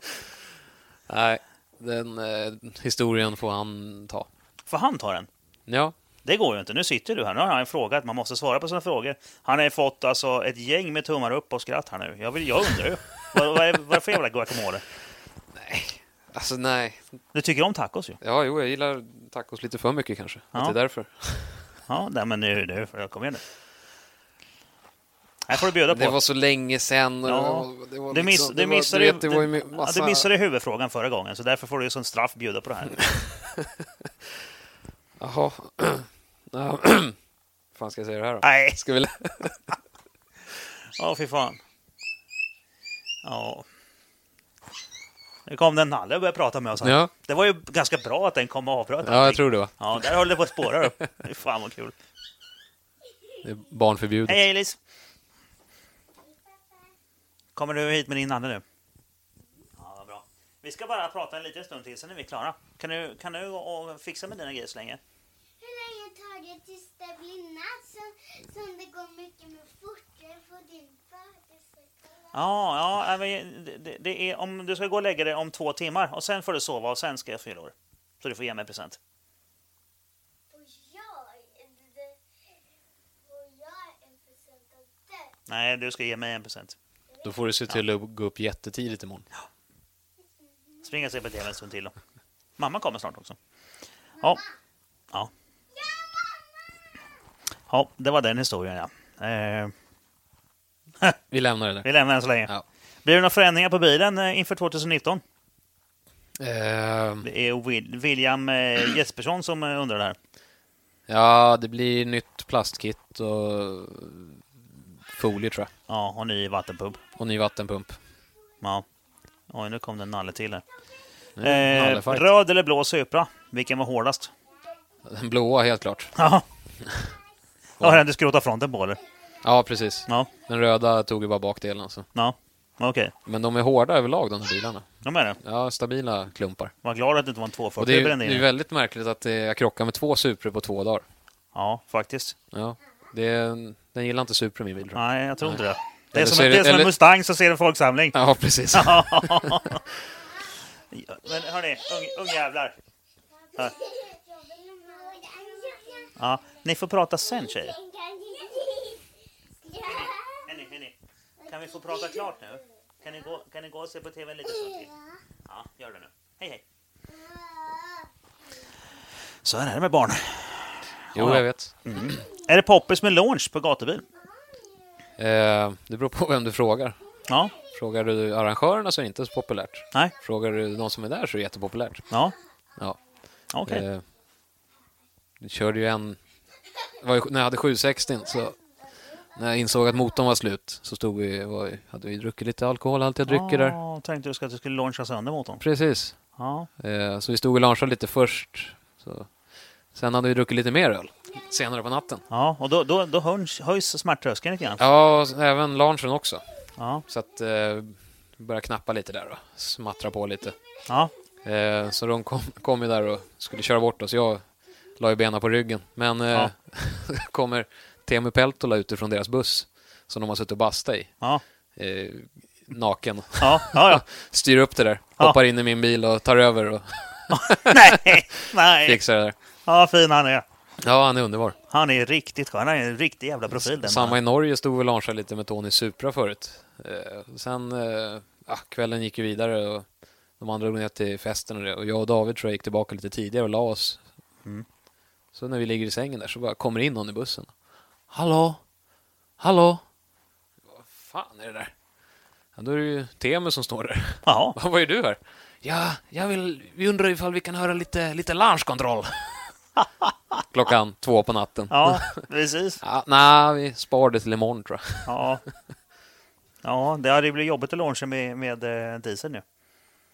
Speaker 2: Nej, den eh, historien får han ta.
Speaker 1: För han tar den.
Speaker 2: Ja,
Speaker 1: Det går ju inte. Nu sitter du här. Nu har han frågat. Man måste svara på sina frågor. Han har ju fått alltså ett gäng med
Speaker 2: <laughs>
Speaker 1: tummar upp och skratt här nu. Jag, vill, jag undrar ju. Vad, vad, är, vad är det för jävla guacamole?
Speaker 2: Alltså nej.
Speaker 1: Du tycker om tacos ju.
Speaker 2: Ja, jo, jag gillar tacos lite för mycket kanske.
Speaker 1: Ja.
Speaker 2: Att det är därför.
Speaker 1: Ja, nej, men nu, nu, får jag- kom igen nu. Här får du bjuda på.
Speaker 2: Det var så länge sen. och det
Speaker 1: Ja.
Speaker 2: var- det var
Speaker 1: Du, miss,
Speaker 2: liksom-
Speaker 1: du,
Speaker 2: det var-
Speaker 1: missade,
Speaker 2: du
Speaker 1: ju-
Speaker 2: vet, det var ju
Speaker 1: du,
Speaker 2: med
Speaker 1: ja,
Speaker 2: massa-
Speaker 1: du missade huvudfrågan förra gången, så därför får du ju som straff bjuda på det
Speaker 2: <laughs>
Speaker 1: här.
Speaker 2: Jaha. <clears throat> Ja. <clears throat> fan ska jag säga det här då?
Speaker 1: Nej,
Speaker 2: Ska vi...
Speaker 1: ja fy fan. Ja. Nu kom den Nalle och började prata med oss. här.
Speaker 2: Ja.
Speaker 1: Det var ju ganska bra att den kom och avbröt
Speaker 2: Ja, jag
Speaker 1: allting.
Speaker 2: tror det va.
Speaker 1: Ja, där höll det på att spåra upp. Fy fan vad kul.
Speaker 2: Det är barnförbjudet.
Speaker 1: Hej Elis! Kommer du hit med din Nalle nu? Ja, vad bra. Vi ska bara prata en liten stund till, sen är vi klara. Kan du, kan du och- och fixa med dina grejer så länge?
Speaker 3: Hur länge tar det tills det blir natt som, som det går mycket mer fortare på din födelsedag?
Speaker 1: Ja, ja, nej, men det- det, det är, om du ska gå och lägga dig om två timmar och sen får du sova och sen ska jag fylla år. Så du får ge mig en present.
Speaker 3: Och jag, det- och jag är en procent av det.
Speaker 1: Nej, du ska ge mig en present.
Speaker 2: Då får du se till att gå upp jättetidigt imorgon.
Speaker 1: Springa och se på TV en stund till då. Mamma kommer snart också. Ja. Ja. Ja, det var den historien ja. Eh,
Speaker 2: Vi lämnar det där.
Speaker 1: vi lämnar den så länge.
Speaker 2: Ja.
Speaker 1: Blir det några förändringar på bilen eh, inför 2019?
Speaker 2: Ehm,
Speaker 1: Det är Wil- William eh, Jespersson som eh, undrar det här.
Speaker 2: ja, det blir nytt plastkit och folie tror jag.
Speaker 1: Ja, och ny vattenpump.
Speaker 2: Och ny vattenpump.
Speaker 1: Ja. Oj, nu kom det en nalle till här.
Speaker 2: Nu är det
Speaker 1: Eh,
Speaker 2: nallefight.
Speaker 1: röd eller blå Supra? Vilken var hårdast?
Speaker 2: Den blåa helt klart. <laughs>
Speaker 1: Ja. Var den du skrotade fronten på eller?
Speaker 2: Ja, precis.
Speaker 1: Ja,
Speaker 2: Den röda tog ju bara bakdelen alltså.
Speaker 1: ja. okej.
Speaker 2: Men de är hårda överlag de här bilarna.
Speaker 1: De är det.
Speaker 2: Ja, stabila klumpar.
Speaker 1: Var glad att det inte var en
Speaker 2: Och det
Speaker 1: 240 du
Speaker 2: är, ju- det
Speaker 1: brände
Speaker 2: är ju
Speaker 1: in.
Speaker 2: väldigt märkligt att eh, jag krockar med två Supra på två dagar.
Speaker 1: Ja, faktiskt.
Speaker 2: Ja, det är, den gillar inte Supra min bil. tror jag.
Speaker 1: Nej, jag tror inte det. Det är
Speaker 2: Eller
Speaker 1: som,
Speaker 2: så är
Speaker 1: det,
Speaker 2: det-
Speaker 1: är som en
Speaker 2: eller-
Speaker 1: Mustang så ser en folksamling.
Speaker 2: <laughs> Ja, precis.
Speaker 1: Men hörni, ung, ungjävlar.
Speaker 3: Jag vill ha den.
Speaker 1: Ja, ni får prata sen
Speaker 3: <laughs>
Speaker 1: tjejer.
Speaker 3: Den kan inte-
Speaker 1: Henny, Henny. Kan vi få prata klart nu? Kan ni gå, kan ni gå och se på TV en liten stund till? Ja, gör det nu. Hej, hej. Så här är det med barn.
Speaker 2: Jo, jag vet.
Speaker 1: Är det poppis med launch på gatubil?
Speaker 2: Eh, det beror på vem du frågar.
Speaker 1: Ja.
Speaker 2: Frågar du arrangörerna så är det inte så populärt.
Speaker 1: Nej.
Speaker 2: Frågar du de som är där så är det jättepopulärt.
Speaker 1: Ja.
Speaker 2: Ja.
Speaker 1: Okej.
Speaker 2: Eh, jag körde ju en... det Var ju, när jag hade 760 så... När jag insåg att motorn var slut så stod vi, var, hade vi druckit lite alkohol, allt jag dricker där.
Speaker 1: Ja, tänkte du att du skulle launcha sönder motorn.
Speaker 2: Precis.
Speaker 1: Ja.
Speaker 2: Eh, så vi stod och lunchade lite först. Så. Sen hade vi druckit lite mer öl senare på natten.
Speaker 1: Ja, och då, då, då höjs, höjs smärttröskeln lite grann.
Speaker 2: Ja, och även lunchen också.
Speaker 1: Ja.
Speaker 2: Så att... Eh, började knappa lite där och smattra på lite.
Speaker 1: ja.
Speaker 2: Eh, så de kom, kom ju där och skulle köra bort oss. Jag la ju benen på ryggen. Men eh,
Speaker 1: Ja.
Speaker 2: <laughs> kommer Teemu Peltola utifrån deras buss som de har suttit och bastat i.
Speaker 1: Ja. <laughs>
Speaker 2: Eh, naken.
Speaker 1: Ja. Ja. ja.
Speaker 2: <laughs> Styr upp det där.
Speaker 1: Ja.
Speaker 2: Hoppar in i min bil och tar över och
Speaker 1: Nej. Nej.
Speaker 2: fixar det där.
Speaker 1: Ja, fin han är.
Speaker 2: Ja, han är underbar.
Speaker 1: Han är riktigt skön. Han är en riktig jävla profil. Den
Speaker 2: Samma
Speaker 1: mannen.
Speaker 2: i Norge stod vi och lunchade lite med Tony Supra förut. Eh, sen eh, ja, kvällen gick ju vidare och de andra drog ner till festen och det. Och jag och David tror jag gick tillbaka lite tidigare och la oss. Så när vi ligger i sängen där så bara kommer in någon i bussen. Hallå? Hallå? Vad fan är det där? Ja, då är det ju Teemu som står där. <laughs>
Speaker 1: Ja.
Speaker 2: Vad var är du här? Ja, jag vill, vi undrar ifall vi kan höra lite, lite lunchkontroll. <laughs> Klockan två på natten.
Speaker 1: ja, precis.
Speaker 2: Ja, nej, vi spar det till imorgon tror jag.
Speaker 1: Ja. Ja, det hade ju blivit jobbigt att launcha med, med eh, diesel nu.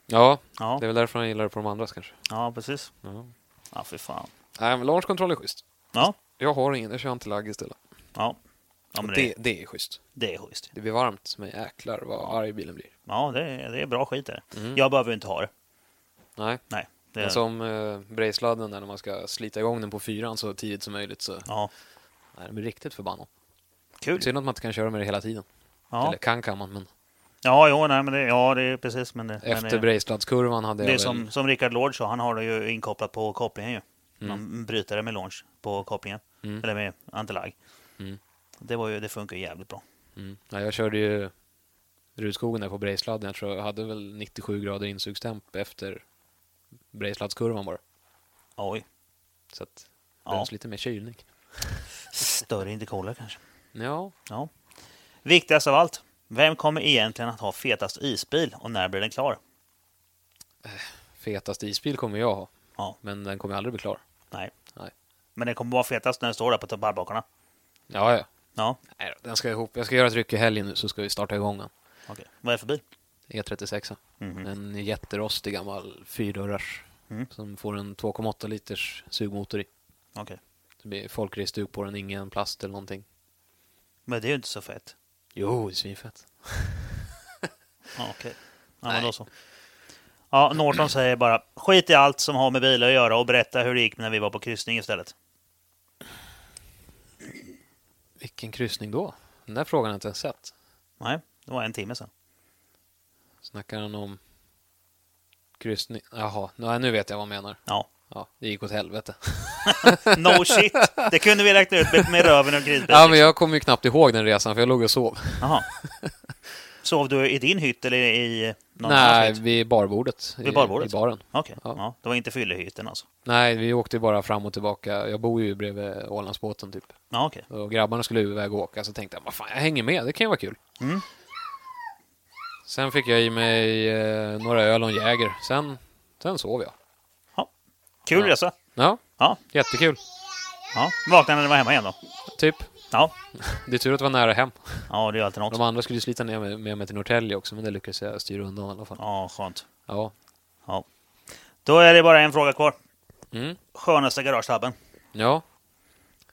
Speaker 2: Ja,
Speaker 1: Ja.
Speaker 2: det är väl därför han gillar det på de andras kanske.
Speaker 1: Ja, precis.
Speaker 2: Ja.
Speaker 1: Ja, för fan.
Speaker 2: Nej, men launch control är schysst.
Speaker 1: Ja.
Speaker 2: Jag har ingen, jag kör antilagg istället.
Speaker 1: Ja. ja men
Speaker 2: Det,
Speaker 1: det,
Speaker 2: det är schysst.
Speaker 1: det är schysst.
Speaker 2: Det blir varmt, men jäklar vad arg bilen blir.
Speaker 1: Ja, det, är- det är bra skit det. Jag behöver ju inte ha det.
Speaker 2: Nej,
Speaker 1: Nej. Det,
Speaker 2: Mm. men som eh, brejsladden där när man ska slita igång den på fyran så tidigt som möjligt så
Speaker 1: Ja,
Speaker 2: nej, den blir riktigt förbannad.
Speaker 1: kul.
Speaker 2: Synd att man inte kan köra med det hela tiden.
Speaker 1: Ja,
Speaker 2: Eller kan kan man, men
Speaker 1: ja jo, nej, men det, ja, det är precis. Men det, men
Speaker 2: efter
Speaker 1: det,
Speaker 2: brejsladdskurvan
Speaker 1: det
Speaker 2: hade jag
Speaker 1: är
Speaker 2: väl...
Speaker 1: som, som Rickard Lord sa, han har det ju inkopplat på kopplingen ju.
Speaker 2: Mm.
Speaker 1: Man bryter det med launch på kopplingen. Eller med antilag.
Speaker 2: Mm.
Speaker 1: Det, var ju, det funkar ju jävligt bra.
Speaker 2: Mm. Nej, jag körde ju Rudskogen där på Brejsladden, jag tror jag hade väl 97 grader insugstemp efter Brejsladdskurvan bara.
Speaker 1: Oj.
Speaker 2: Så att det
Speaker 1: Ja.
Speaker 2: behövs lite mer kylning.
Speaker 1: Större indikoler kanske.
Speaker 2: Ja,
Speaker 1: Ja. Viktigast av allt. Vem kommer egentligen att ha fetast isbil och när blir den klar?
Speaker 2: fetast isbil kommer jag ha,
Speaker 1: Ja,
Speaker 2: men den kommer aldrig bli klar.
Speaker 1: nej.
Speaker 2: Nej.
Speaker 1: Men den kommer vara fetast när den står där på pallbakarna.
Speaker 2: Ja, ja.
Speaker 1: Ja,
Speaker 2: Nej, då, den ska ihop. Jag ska göra ett ryck i helgen nu så ska vi starta igång den.
Speaker 1: okej. Vad är det för bil?
Speaker 2: E36.
Speaker 1: Mhm.
Speaker 2: En jätterostig gammal fyrdörrars
Speaker 1: Mm.
Speaker 2: som får en 2,8 liters sugmotor i.
Speaker 1: Okej.
Speaker 2: Det blir folkraceduk på den, ingen plast eller någonting.
Speaker 1: Men det är ju inte så fett.
Speaker 2: Jo, det är svinfett.
Speaker 1: Ja, okej. Ja,
Speaker 2: Nej.
Speaker 1: men då så. Ja, Norton säger bara skit i allt som har med bilar att göra och berätta hur det gick när vi var på kryssning istället.
Speaker 2: Vilken kryssning då? Den där frågan har jag inte ens sett.
Speaker 1: Nej, det var en timme sedan.
Speaker 2: Snackar han om kryssning? Jaha, nej, nu vet jag vad han menar.
Speaker 1: Ja.
Speaker 2: Ja, det gick åt helvete.
Speaker 1: No shit! Det kunde vi räkna ut med, med röven och grisbiten.
Speaker 2: <laughs> Ja, men jag kommer ju knappt ihåg den resan för jag låg och sov.
Speaker 1: Jaha. Sov du i din hytt eller i någon
Speaker 2: nej,
Speaker 1: annans hytt?
Speaker 2: vid barbordet.
Speaker 1: Vid barbordet?
Speaker 2: I baren.
Speaker 1: Okej.
Speaker 2: Ja.
Speaker 1: Ja, det var inte fyllehytten alltså?
Speaker 2: Nej, vi åkte ju bara fram och tillbaka. Jag bor ju bredvid Ålandsbåten typ.
Speaker 1: Ja, okej.
Speaker 2: Och grabbarna skulle iväg och åka så tänkte jag, vad fan, jag hänger med, det kan ju vara kul.
Speaker 1: Mm.
Speaker 2: Sen fick jag i mig eh, några öl och en Jäger. Sen, sen sov jag.
Speaker 1: Kul
Speaker 2: Ja.
Speaker 1: resa.
Speaker 2: Ja,
Speaker 1: Ja.
Speaker 2: jättekul.
Speaker 1: ja. Vaknade när du var hemma igen då?
Speaker 2: Typ.
Speaker 1: Ja.
Speaker 2: Det är tur att det var nära hem.
Speaker 1: Ja, det är ju alltid något.
Speaker 2: De andra skulle ju slita ner mig- med mig till Norrtälje också, men det lyckades jag styra undan i alla fall.
Speaker 1: Ja, skönt.
Speaker 2: Ja.
Speaker 1: Ja. Då är det bara en fråga kvar.
Speaker 2: Mm.
Speaker 1: Skönaste garagetabben?
Speaker 2: Ja.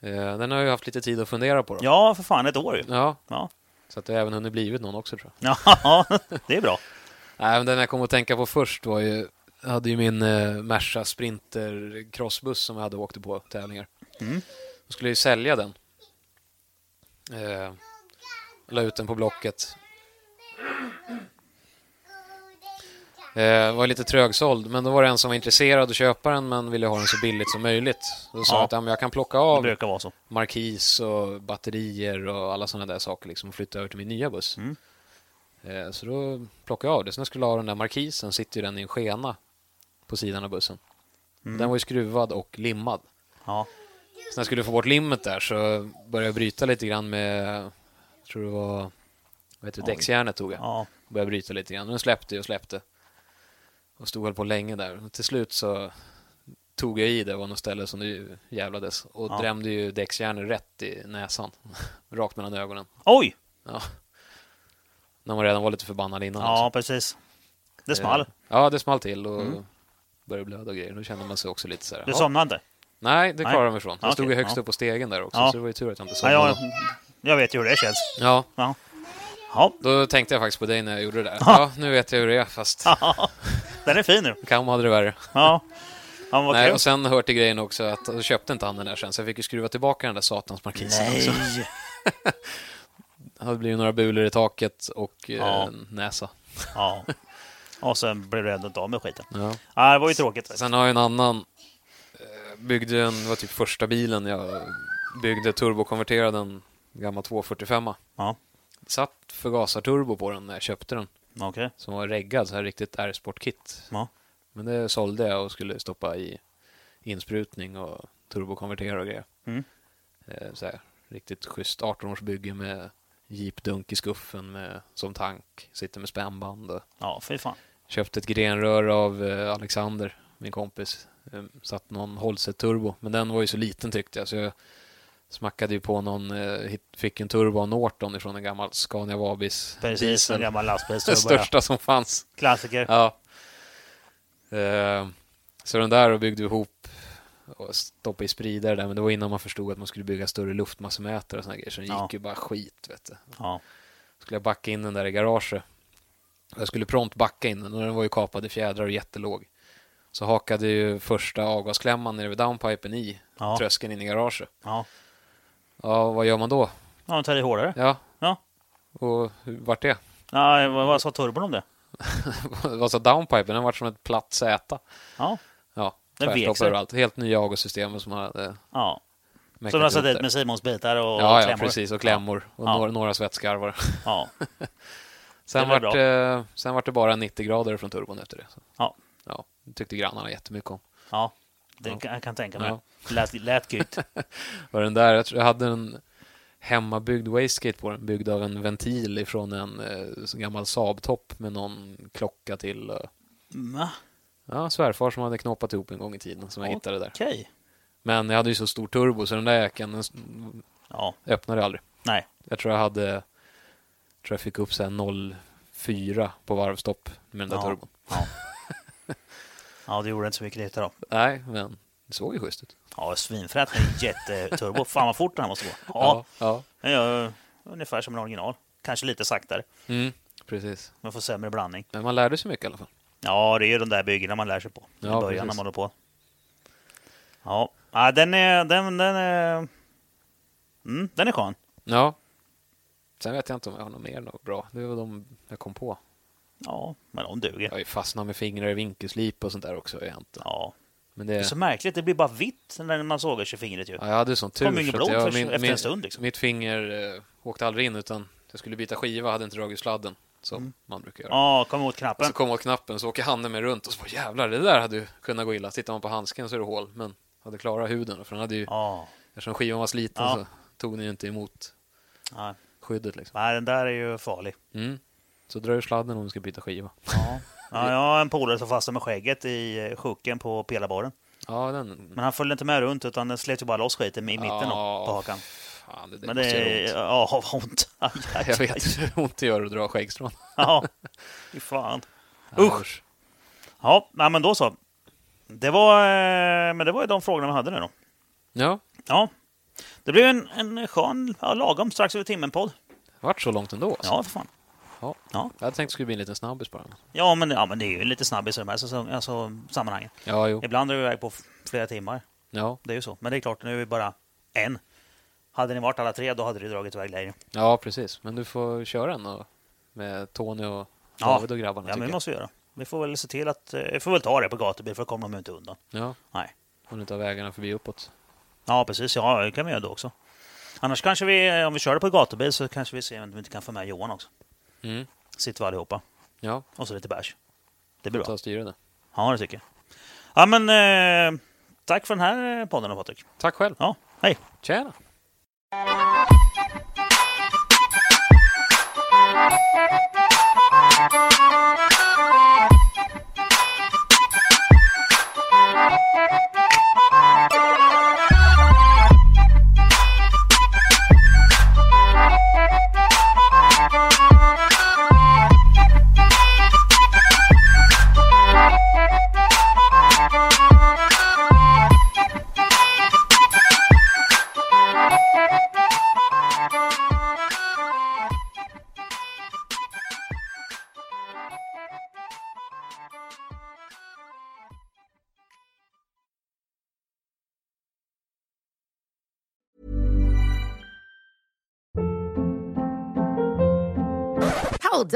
Speaker 2: Eh, Den har jag ju haft lite tid att fundera på då.
Speaker 1: Ja, för fan, ett år ju.
Speaker 2: Ja,
Speaker 1: Ja, <laughs>
Speaker 2: så att det har även hunnit blivit någon också tror jag.
Speaker 1: ja det är bra.
Speaker 2: Nej, men den jag kom att tänka på först var ju, jag hade ju min eh, Merca Sprinter crossbuss som jag hade åkt på tävlingar.
Speaker 1: Mm.
Speaker 2: Då skulle jag ju sälja den. Eh, la ut den på Blocket. Eh, var lite trögsåld, men då var det en som var intresserad att köpa den men ville ha den så billigt som möjligt. Då sa
Speaker 1: Ja.
Speaker 2: jag att ja, men jag kan plocka
Speaker 1: Det
Speaker 2: av
Speaker 1: brukar vara så.
Speaker 2: markis och batterier och alla sådana där saker liksom och flytta över till min nya buss.
Speaker 1: Mm.
Speaker 2: Eh, Så då plockade jag av det. Sen när jag skulle ha den där markisen sitter ju den i en skena på sidan av bussen.
Speaker 1: Mm.
Speaker 2: Den var ju skruvad och limmad.
Speaker 1: Ja,
Speaker 2: Så när jag skulle få bort limmet där så började jag bryta lite grann med, jag tror det var, vad heter det,
Speaker 1: Oj.
Speaker 2: däcksjärnet tog jag.
Speaker 1: ja.
Speaker 2: Började bryta lite grann. Den släppte och släppte. Och stod väl på länge där. Och till slut så tog jag i det, var något ställe som det ju jävlades. Och
Speaker 1: Ja.
Speaker 2: drämde ju däcksjärnet rätt i näsan. <laughs> Rakt mellan ögonen.
Speaker 1: Oj!
Speaker 2: Ja. När man redan var lite förbannad innan. liksom. Eh,
Speaker 1: Ja, precis. Det small. Mm.
Speaker 2: Ja, det small till och började blöda och grejer. Då kände man sig också lite så här.
Speaker 1: Du
Speaker 2: ja.
Speaker 1: somnade inte?
Speaker 2: Nej, det
Speaker 1: Nej.
Speaker 2: klarade jag mig ifrån. Jag
Speaker 1: Ja,
Speaker 2: stod ju
Speaker 1: okej,
Speaker 2: högst
Speaker 1: ja.
Speaker 2: upp på stegen där också,
Speaker 1: Ja.
Speaker 2: så det var ju tur att jag inte
Speaker 1: Ja,
Speaker 2: somnade.
Speaker 1: jag,
Speaker 2: Ja,
Speaker 1: jag vet ju hur det känns.
Speaker 2: ja,
Speaker 1: Ja. Ja,
Speaker 2: då tänkte jag faktiskt på dig när jag gjorde det där. Ja, nu vet jag hur det är, fast
Speaker 1: den är fin nu.
Speaker 2: Kam hade det värre.
Speaker 1: Ja, ja men vad
Speaker 2: Nej,
Speaker 1: kul.
Speaker 2: och sen hör till grejen också att då köpte inte han den där sen, så jag fick ju skruva tillbaka den där satans markisen också.
Speaker 1: Nej!
Speaker 2: Det hade blivit några bulor i taket och eh,
Speaker 1: Ja.
Speaker 2: en näsa.
Speaker 1: Ja. Och sen blev du ändå inte av med skiten.
Speaker 2: Ja.
Speaker 1: Ja, det var ju tråkigt. vet du.
Speaker 2: Sen har jag en annan, eh, byggde en, det var typ första bilen jag byggde, turbokonverterade en gammal 245.
Speaker 1: Ja,
Speaker 2: Satt förgasarturbo på den när jag köpte den,
Speaker 1: okej.
Speaker 2: som var reggad, så här riktigt R-sportkit.
Speaker 1: Ja.
Speaker 2: Men det sålde jag och skulle stoppa i insprutning och turbokonvertera och grejer.
Speaker 1: Mm.
Speaker 2: Eh, Så här, riktigt schysst 18-årsbygge med jeepdunk i skuffen med, som tank, sitter med spännband. Och
Speaker 1: Ja, fy fan.
Speaker 2: köpte ett grenrör av eh, Alexander, min kompis. Eh, Satt någon Holset turbo, men den var ju så liten tyckte jag så jag smackade ju på någon, eh, hit- fick en turbo av Norton ifrån en gammal Scania Vabis.
Speaker 1: Precis, en
Speaker 2: <laughs>
Speaker 1: gammal
Speaker 2: Den
Speaker 1: lastbilstubbe. ja.
Speaker 2: största som fanns.
Speaker 1: Klassiker.
Speaker 2: <laughs> Ja. Eh, så den där och byggde vi ihop och stoppade i spridare där, men det var innan man förstod att man skulle bygga större luftmassemätare och såna grejer, så den
Speaker 1: Ja.
Speaker 2: gick ju bara skit, vet du.
Speaker 1: Ja.
Speaker 2: Skulle jag backa in den där i garaget. Och Jag skulle prompt backa in den och den var ju kapad i fjädrar och jättelåg. Så hakade ju första avgasklämman nere vid downpipen i
Speaker 1: Ja.
Speaker 2: tröskeln in i garaget.
Speaker 1: Ja.
Speaker 2: Ja, vad gör man då?
Speaker 1: ja, de tar i hårdare.
Speaker 2: Ja,
Speaker 1: Ja.
Speaker 2: och hur- vart det? <laughs>
Speaker 1: ja vad, vad sa turbon om det?
Speaker 2: Vad sa downpipen? Den vart som ett platt Z.
Speaker 1: Ja.
Speaker 2: Ja,
Speaker 1: Den vek
Speaker 2: tvärstopp
Speaker 1: sig.
Speaker 2: överallt. Helt nya avgosystem som hade
Speaker 1: ja.
Speaker 2: mäktat
Speaker 1: Som de har
Speaker 2: upp
Speaker 1: satt dit
Speaker 2: där.
Speaker 1: med Simons bitar och
Speaker 2: Ja, ja
Speaker 1: klämmor.
Speaker 2: precis. Och klämmor. Och
Speaker 1: Ja.
Speaker 2: några, några svetskarvar.
Speaker 1: Ja.
Speaker 2: Sen
Speaker 1: Det var
Speaker 2: vart, eh, sen vart det bara 90 grader från turbon efter det. Så,
Speaker 1: Ja,
Speaker 2: ja, det tyckte grannarna jättemycket om.
Speaker 1: ja. Det kan- jag kan tänka mig.
Speaker 2: Ja.
Speaker 1: Det Lät, lät
Speaker 2: <laughs>
Speaker 1: grymt.
Speaker 2: Var den där, jag, tror jag hade en hemmabyggd wastegate på den, byggd av en ventil ifrån en eh, så gammal Saab-topp med någon klocka till. Eh,
Speaker 1: Mm,
Speaker 2: ja, svärfar som hade knoppat ihop en gång i tiden som jag hittade där.
Speaker 1: Okej.
Speaker 2: Men jag hade ju så stor turbo så den där jäkeln den s-
Speaker 1: Ja,
Speaker 2: öppnade aldrig.
Speaker 1: nej.
Speaker 2: Jag tror jag hade, jag tror jag fick upp sen 0,4 på varvstopp med den där
Speaker 1: Ja.
Speaker 2: turbon.
Speaker 1: Ja. ja, det gjorde inte så mycket nytta då.
Speaker 2: Nej, men det såg ju schysst ut.
Speaker 1: Ja, svinfrätt med jätteturbo. Fan vad fort den här måste gå. Ja,
Speaker 2: Ja, ja.
Speaker 1: den gör ungefär som en original. Kanske lite saktare.
Speaker 2: Mm, precis.
Speaker 1: Man får sämre blandning.
Speaker 2: Men man lärde sig mycket i alla fall.
Speaker 1: Ja, det är ju de där byggena man lär sig på. I
Speaker 2: Ja,
Speaker 1: början när
Speaker 2: precis.
Speaker 1: man håller på. Ja, ja den är... Den, den är... Mm, den är skön.
Speaker 2: Ja. Sen vet jag inte om jag har något mer något bra. Det var de jag kom på.
Speaker 1: Ja, men de
Speaker 2: Jag har
Speaker 1: duger.
Speaker 2: ju fastnat med fingrar i vinkelslip och sånt där också egentligen.
Speaker 1: Ja.
Speaker 2: Men
Speaker 1: Det är
Speaker 2: det,
Speaker 1: så märkligt, det blir bara vitt när man sågar sig i fingret ju.
Speaker 2: ja, jag hade sån tur.
Speaker 1: kom ju inget
Speaker 2: så att
Speaker 1: blod
Speaker 2: jag,
Speaker 1: först efter en stund, liksom.
Speaker 2: Mitt finger eh, åkte aldrig in utan jag skulle byta skiva hade inte dragit sladden. Som man brukar göra.
Speaker 1: Mm. Ja, kom åt
Speaker 2: Och
Speaker 1: knappen.
Speaker 2: så kom jag åt knappen så åker handen med runt och så bara jävlar det där hade ju kunnat gå illa. Tittar man på handsken så är det hål men hade klarat huden för den hade ju,
Speaker 1: Ja,
Speaker 2: eftersom skivan var sliten
Speaker 1: Ja.
Speaker 2: så tog den ju inte emot
Speaker 1: nej.
Speaker 2: skyddet liksom.
Speaker 1: nej, den där är ju farlig.
Speaker 2: Mm. Så drar du sladden om du ska byta skiva.
Speaker 1: Ja. Ja, jag har en polare som fastnade med skägget i eh, sjuken på pelarbaren.
Speaker 2: Ja, den...
Speaker 1: Men han följde inte med runt utan den slet ju bara loss skiten i mitten då, på hakan.
Speaker 2: Fan, det, det
Speaker 1: Men
Speaker 2: måste
Speaker 1: det
Speaker 2: göra ont. <laughs>
Speaker 1: ja, <laughs> vad ont. Aj, aj,
Speaker 2: Jag
Speaker 1: aj.
Speaker 2: vet hur ont det gör att dra skäggstrån.
Speaker 1: Ja, fy fan.
Speaker 2: Ja,
Speaker 1: Ja, nej, men då så. Det var, eh, men det var ju de frågorna vi hade nu då.
Speaker 2: Ja,
Speaker 1: Ja. Det blev en, en skön, ja, lagom strax över timmen-podd.
Speaker 2: vart så långt ändå. alltså.
Speaker 1: Ja, för fan.
Speaker 2: Ja.
Speaker 1: Ja.
Speaker 2: Jag hade tänkt att det skulle bli en liten snabbis bara.
Speaker 1: Ja, men, ja, men det är ju lite snabbis i de här säsong, alltså, sammanhangen.
Speaker 2: Ja, jo.
Speaker 1: Ibland är vi iväg på f- flera timmar.
Speaker 2: Ja,
Speaker 1: Det är ju så. Men det är klart, nu är vi bara en. Hade ni varit alla tre, då hade det dragit iväg längre.
Speaker 2: ja precis. Men du får köra en och, med Tony och
Speaker 1: Ja.
Speaker 2: David och grabbarna.
Speaker 1: Ja, men
Speaker 2: tycker
Speaker 1: det måste vi göra. Vi får väl se till att... eh, Vi får väl ta det på gatubil, för då kommer de ju inte undan.
Speaker 2: jag. ja,
Speaker 1: Nej.
Speaker 2: om du tar vägarna förbi uppåt.
Speaker 1: Ja, precis. Ja, det kan vi göra då också. Annars kanske vi, eh, om vi kör det på gatubil, så kanske vi ser om vi inte kan få med Johan också.
Speaker 2: Mm.
Speaker 1: Sitter vi allihopa.
Speaker 2: Ja,
Speaker 1: Och så lite bärs. Det blir
Speaker 2: ta
Speaker 1: bra.
Speaker 2: och styra det.
Speaker 1: Ja, det tycker jag. Ja, men... Eh, tack för den här eh, podden då, Patrik.
Speaker 2: Tack själv.
Speaker 1: Ja, hej.
Speaker 2: Tjena!
Speaker 4: Hold